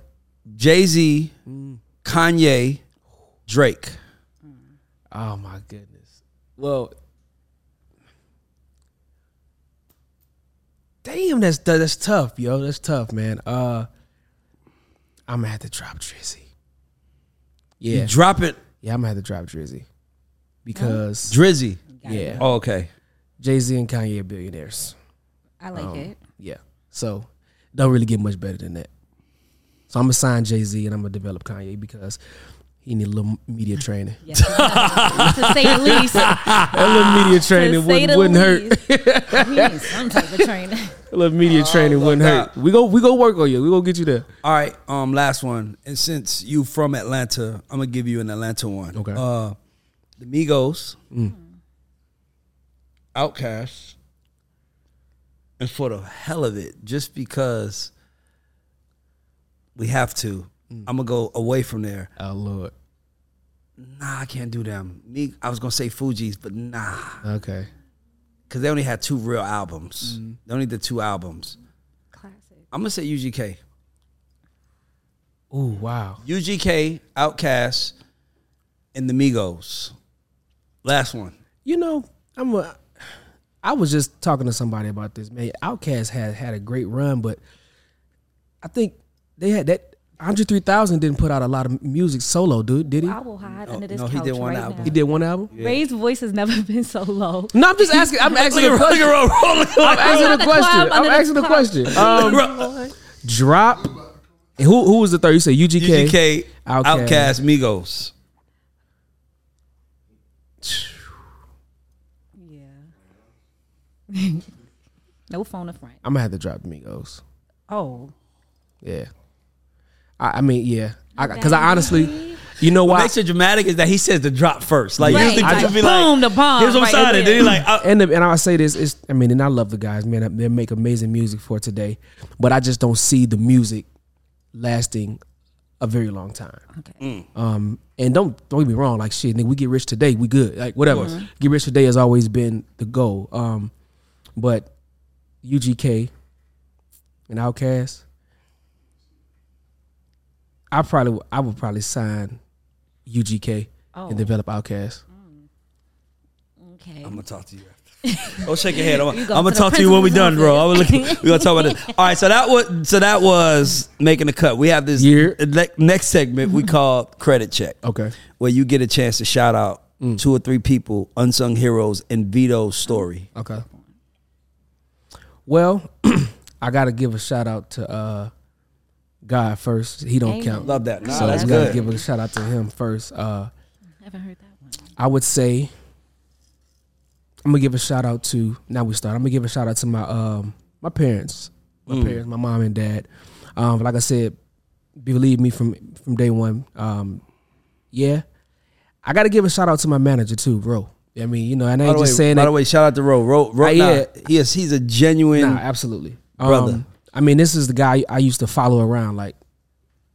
S2: Jay Z, Kanye, Drake.
S3: Oh my goodness. Well, damn, that's that- that's tough, yo. That's tough, man. Uh, I'm gonna have to drop Drizzy. Yeah,
S2: You drop it,
S3: yeah, I'm gonna have to drop Drizzy because
S2: Drizzy.
S3: yeah,
S2: Oh, okay.
S3: Jay Z and Kanye are billionaires.
S1: I like
S2: Oh.
S1: it.
S3: Yeah, so don't really get much better than that. So I'm gonna sign Jay Z and I'm gonna develop Kanye because he need a little media training.
S1: Yes, to say the least. Ah, To
S3: A little media training
S1: say
S3: wouldn't,
S1: the
S3: wouldn't hurt.
S1: least. Oh, We need some type of training.
S3: A little media training wouldn't hurt. We go we go work on you. We gonna get you there.
S2: All right. Um, last one. And since you from Atlanta, I'm gonna give you an Atlanta one.
S3: Okay.
S2: Uh, the Migos, Outkast, and for the hell of it, just because we have to, I'm gonna go away from there.
S3: Oh Lord.
S2: Nah, I can't do them. Me, I was gonna say Fuji's, but nah,
S3: Okay.
S2: because they only had two real albums. They only did two albums.
S1: Classic.
S2: I'm gonna say UGK,
S3: Ooh, wow.
S2: UGK, Outkast, and the Migos. Last one.
S3: You know, I'm a I was just talking to somebody about this, man. Outcast had had a great run, but I think they had that Andre 3000 didn't put out a lot of music solo, dude, did he?
S1: I will hide under this
S2: no, he
S1: couch
S2: did one
S1: right
S2: album.
S1: now.
S3: He did one album?
S1: Ray's voice has never been so low.
S3: No, I'm just asking. I'm asking a question. I'm asking
S1: Under
S3: a
S1: the
S3: question.
S1: club,
S3: I'm
S1: under the
S3: asking a
S1: club.
S3: question. Um, drop. and Who who was the third? You said UGK.
S2: UGK,
S3: Outkast.
S2: Outkast, Migos.
S1: Yeah. no phone in front.
S3: I'm gonna have to drop Migos.
S1: Oh.
S3: Yeah. I, I mean, yeah. I because I honestly, you know why?
S2: Makes it dramatic is that he says the drop first. Like
S1: Right.
S2: you think
S1: Like,
S2: you'd be like,
S1: boom, the bomb
S2: Here's what I'm
S1: right
S2: signing.
S1: there.
S2: Then he like, uh,
S3: And the, and I say this is I mean, and I love the guys, man. They make amazing music for today, but I just don't see the music lasting a very long time.
S1: Okay.
S3: Um, and don't don't get me wrong, like shit, nigga, we get rich today, we good, like whatever.
S1: Mm-hmm.
S3: Get rich today has always been the goal. Um, but UGK and Outkast, I probably would- I would probably sign UGK
S1: Oh. Mm.
S3: and develop Outkast.
S1: Okay.
S2: I'm gonna talk to you. after. Don't shake your head. I'm,
S1: You go
S2: I'm
S1: to
S2: gonna
S1: the
S2: talk to you when we done,
S1: principal's
S2: bro. I'm looking, we gonna talk about this. All right, so that was so that was making the cut. We have this
S3: Year.
S2: ne- next segment we call credit check.
S3: Okay.
S2: where you get a chance to shout out two or three people, unsung heroes, and Vito's story.
S3: Okay. Well, I gotta give a shout out to uh God first. He don't
S1: Amen.
S3: count.
S2: Love that. Nah,
S3: so
S2: that's
S3: we gotta
S2: good.
S3: give a shout out to him first. Uh
S1: haven't heard that one.
S3: I would say I'm gonna give a shout out to now we start. I'm gonna give a shout out to my um my parents, my
S2: Mm.
S3: parents, my mom and dad. Um, like I said, believe me from from day one. Um, yeah, I gotta give a shout out to my manager too, bro. I mean, you know, and I
S2: By
S3: ain't
S2: the,
S3: just
S2: way,
S3: saying
S2: by
S3: that.
S2: the way, shout out to Ro. Ro, Ro
S3: Ah,
S2: nah,
S3: yeah.
S2: he is, he's a genuine.
S3: Nah, absolutely.
S2: Brother.
S3: Um, I mean, this is the guy I used to follow around like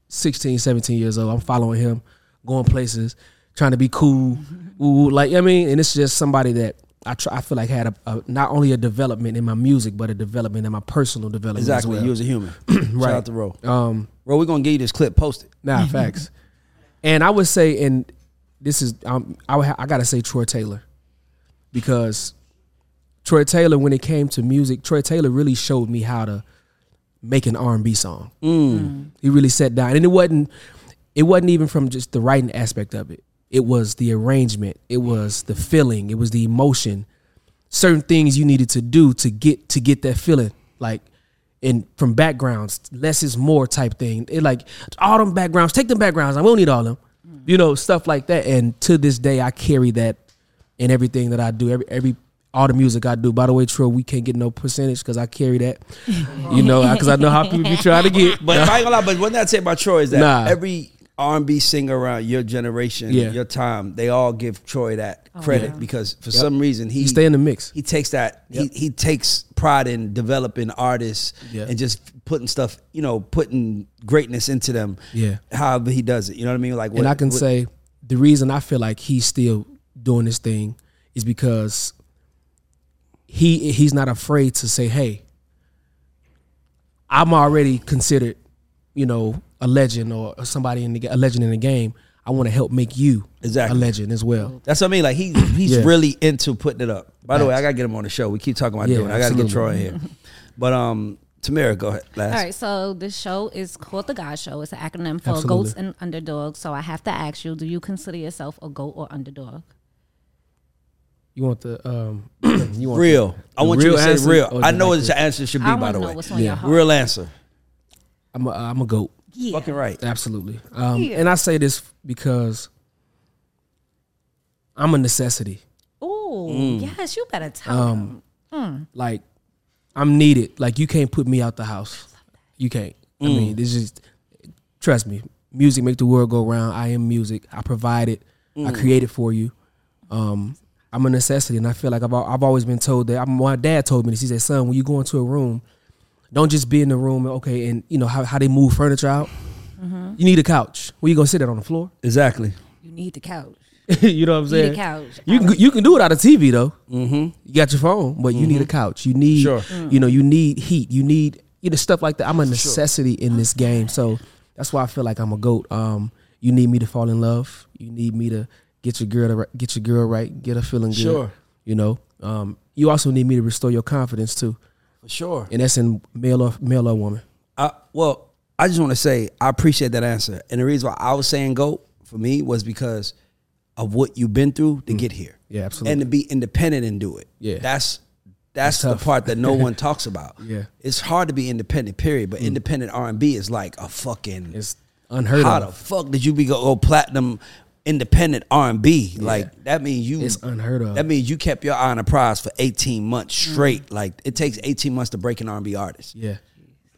S3: 16, 17 years old. I'm following him, going places, trying to be cool. Ooh, like, I mean, and it's just somebody that I try, I feel like had a, a not only a development in my music, but a development in my personal development. as
S2: exactly.
S3: well.
S2: You as a human. Shout out to Ro.
S3: Um,
S2: Ro, we're gonna give you this clip. Post it.
S3: Nah, facts. And I would say, and this is, um, I would ha- I gotta say Troy Taylor, because Troy Taylor, when it came to music, Troy Taylor really showed me how to make an R and B song. He really sat down, and it wasn't, it wasn't even from just the writing aspect of it. It was the arrangement, it was the feeling, it was the emotion, certain things you needed to do to get to get that feeling, like and from backgrounds, less is more type thing. It like all them backgrounds, take them backgrounds. I won't need all them, you know, stuff like that. And to this day, I carry that in everything that I do. Every every all the music I do. By the way, Trill, we can't get no percentage because I carry that, you know, because I know how people be trying to get.
S2: But if I ain't gonna lie, but one thing I say about Troy is that
S3: Nah.
S2: every R and B singer around your generation,
S3: Yeah.
S2: your time, they all give Troy that credit because for some reason he,
S3: You stay in the mix.
S2: He takes that he, he takes pride in developing artists
S3: Yeah.
S2: and just putting stuff, you know, putting greatness into them.
S3: Yeah.
S2: However he does it. You know what I mean? Like what,
S3: and I can
S2: what-
S3: say the reason I feel like he's still doing this thing is because he he's not afraid to say, "Hey, I'm already considered, you know, a legend or somebody in the ga- a legend in the game. I want to help make you
S2: Exactly.
S3: a legend as well."
S2: That's what I mean. Like he he's
S3: Yeah.
S2: really into putting it up. By the way, I gotta get him on the show. We keep talking about
S3: Yeah,
S2: doing. it. I gotta get
S3: absolutely.
S2: Troy in here. But um, Tamara, go ahead. Last.
S1: All right, so this show is called The God Show. It's an acronym for
S3: Absolutely.
S1: Goats and Underdogs. So I have to ask you, do you consider yourself a goat or underdog?
S3: You want the um, you want
S2: Real. I
S3: The
S2: want you to
S3: real
S2: say
S3: answer?
S2: real.
S3: Or
S2: I
S3: the
S2: know
S3: like
S2: what
S3: the-
S2: your answer should be.
S1: I
S2: by
S1: wanna
S2: the
S1: know
S2: way,
S1: what's on your heart.
S2: real answer.
S3: the- I'm a, I'm a goat.
S1: Yeah.
S2: Fucking right.
S3: Absolutely. Um, And I say this because I'm a necessity.
S1: Oh, yes, you better tell
S2: Um,
S1: them.
S3: like I'm needed. Like you can't put me out the house. You can't. I mean, this is trust me. Music make the world go round. I am music. I provide it. I create it for you. Um, I'm a necessity, and I feel like I've al- I've always been told that. I'm, my dad told me this. He said, "Son, when you go into a room, don't just be in the room. Okay, and you know how, how they move furniture out. You need a couch. Where you gonna sit it on the floor?
S2: Exactly.
S1: You need the couch.
S3: you know what I'm
S1: You need
S3: saying?
S1: a couch.
S3: You can, you can do it out of TV though. Mm-hmm. You got your phone, but you need a couch. You need
S2: Mm-hmm. Sure.
S3: you know you need heat. You need you know stuff like that. I'm a necessity in this game, so that's why I feel like I'm a goat. Um, you need me to fall in love. You need me to get your girl to, ri- get your girl right. Get her feeling good.
S2: Sure.
S3: You know. Um, you also need me to restore your confidence too,
S2: For sure.
S3: and that's in male or male or woman.
S2: I, well, I just want to say I appreciate that answer, and the reason why I was saying go for me was because of what you've been through to get here.
S3: Mm. Yeah, absolutely.
S2: And to be independent and do it.
S3: Yeah.
S2: That's that's the part that no one talks about.
S3: Yeah. Mm.
S2: It's hard to be independent, period. But independent R and B is like a fucking
S3: It's unheard
S2: how the
S3: of.
S2: fuck did you be go, go platinum independent R and B? Like that means you
S3: It's unheard of. Mm.
S2: That means you kept your eye on a prize for eighteen months straight. Like it takes eighteen months to break an R and B artist.
S3: Yeah.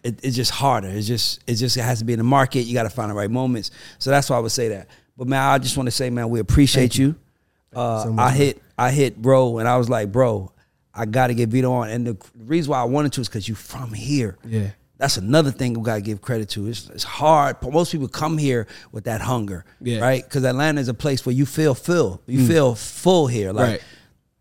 S2: It, it's just harder. It's just it's just it has to be in the market. You got to find the right moments. So that's why I would say that. But man, I just want to say, man, we appreciate you. Uh,
S3: so much,
S2: I
S3: man.
S2: hit I hit bro, and I was like, bro, I got to get Vito on. And the reason why I wanted to is because you from here.
S3: Yeah.
S2: That's another thing we gotta give credit to. It's, it's hard. but Most people come here with that hunger,
S3: Yeah. Mm.
S2: right? Because Atlanta is a place where you feel full. You feel full here. Like
S3: Right.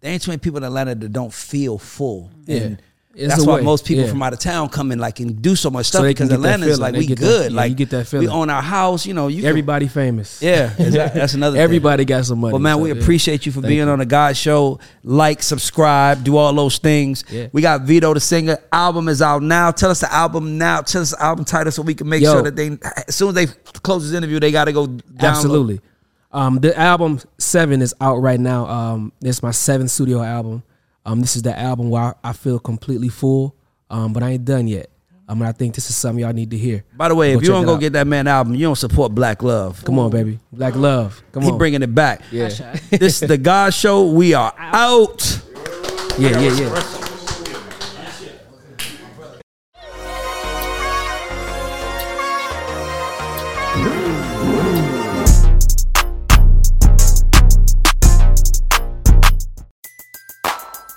S2: there ain't too many people in Atlanta that don't feel full.
S3: Yeah.
S2: And
S3: It's
S2: that's
S3: a
S2: why
S3: way.
S2: most people
S3: Yeah.
S2: from out of town come in like and do so much stuff
S3: they can
S2: because
S3: get that
S2: Atlanta is
S3: feeling.
S2: like
S3: They
S2: we
S3: get that-
S2: good.
S3: yeah,
S2: like
S3: you get that
S2: We
S3: feeling.
S2: own our house. You know. You can-
S3: Everybody famous.
S2: yeah. Exactly. That's another. thing.
S3: Everybody got some money.
S2: Well, man,
S3: so,
S2: we
S3: yeah.
S2: appreciate you for
S3: Thank
S2: being on the God Show. Like, subscribe, do all those things.
S3: Yeah.
S2: We got Vito the singer. Album is out now. Tell us the album now. Tell us the album title so we can make
S3: Yo.
S2: sure that they, as soon as they close this interview, they got to go download.
S3: Absolutely. Um, the album Seven is out right now. Um, it's my seventh studio album. Um, this is the album where I, I feel completely full, um, but I ain't done yet. Um, and I think this is something y'all need to hear.
S2: By the way, if you
S3: check
S2: don't
S3: it
S2: go
S3: out.
S2: get that man album, you don't support Black Love.
S3: come on, baby, Black Love, come
S2: He
S3: on,
S2: bringing it back.
S3: Yeah.
S2: this is the God Show. We are out.
S3: Yeah, yeah, yeah.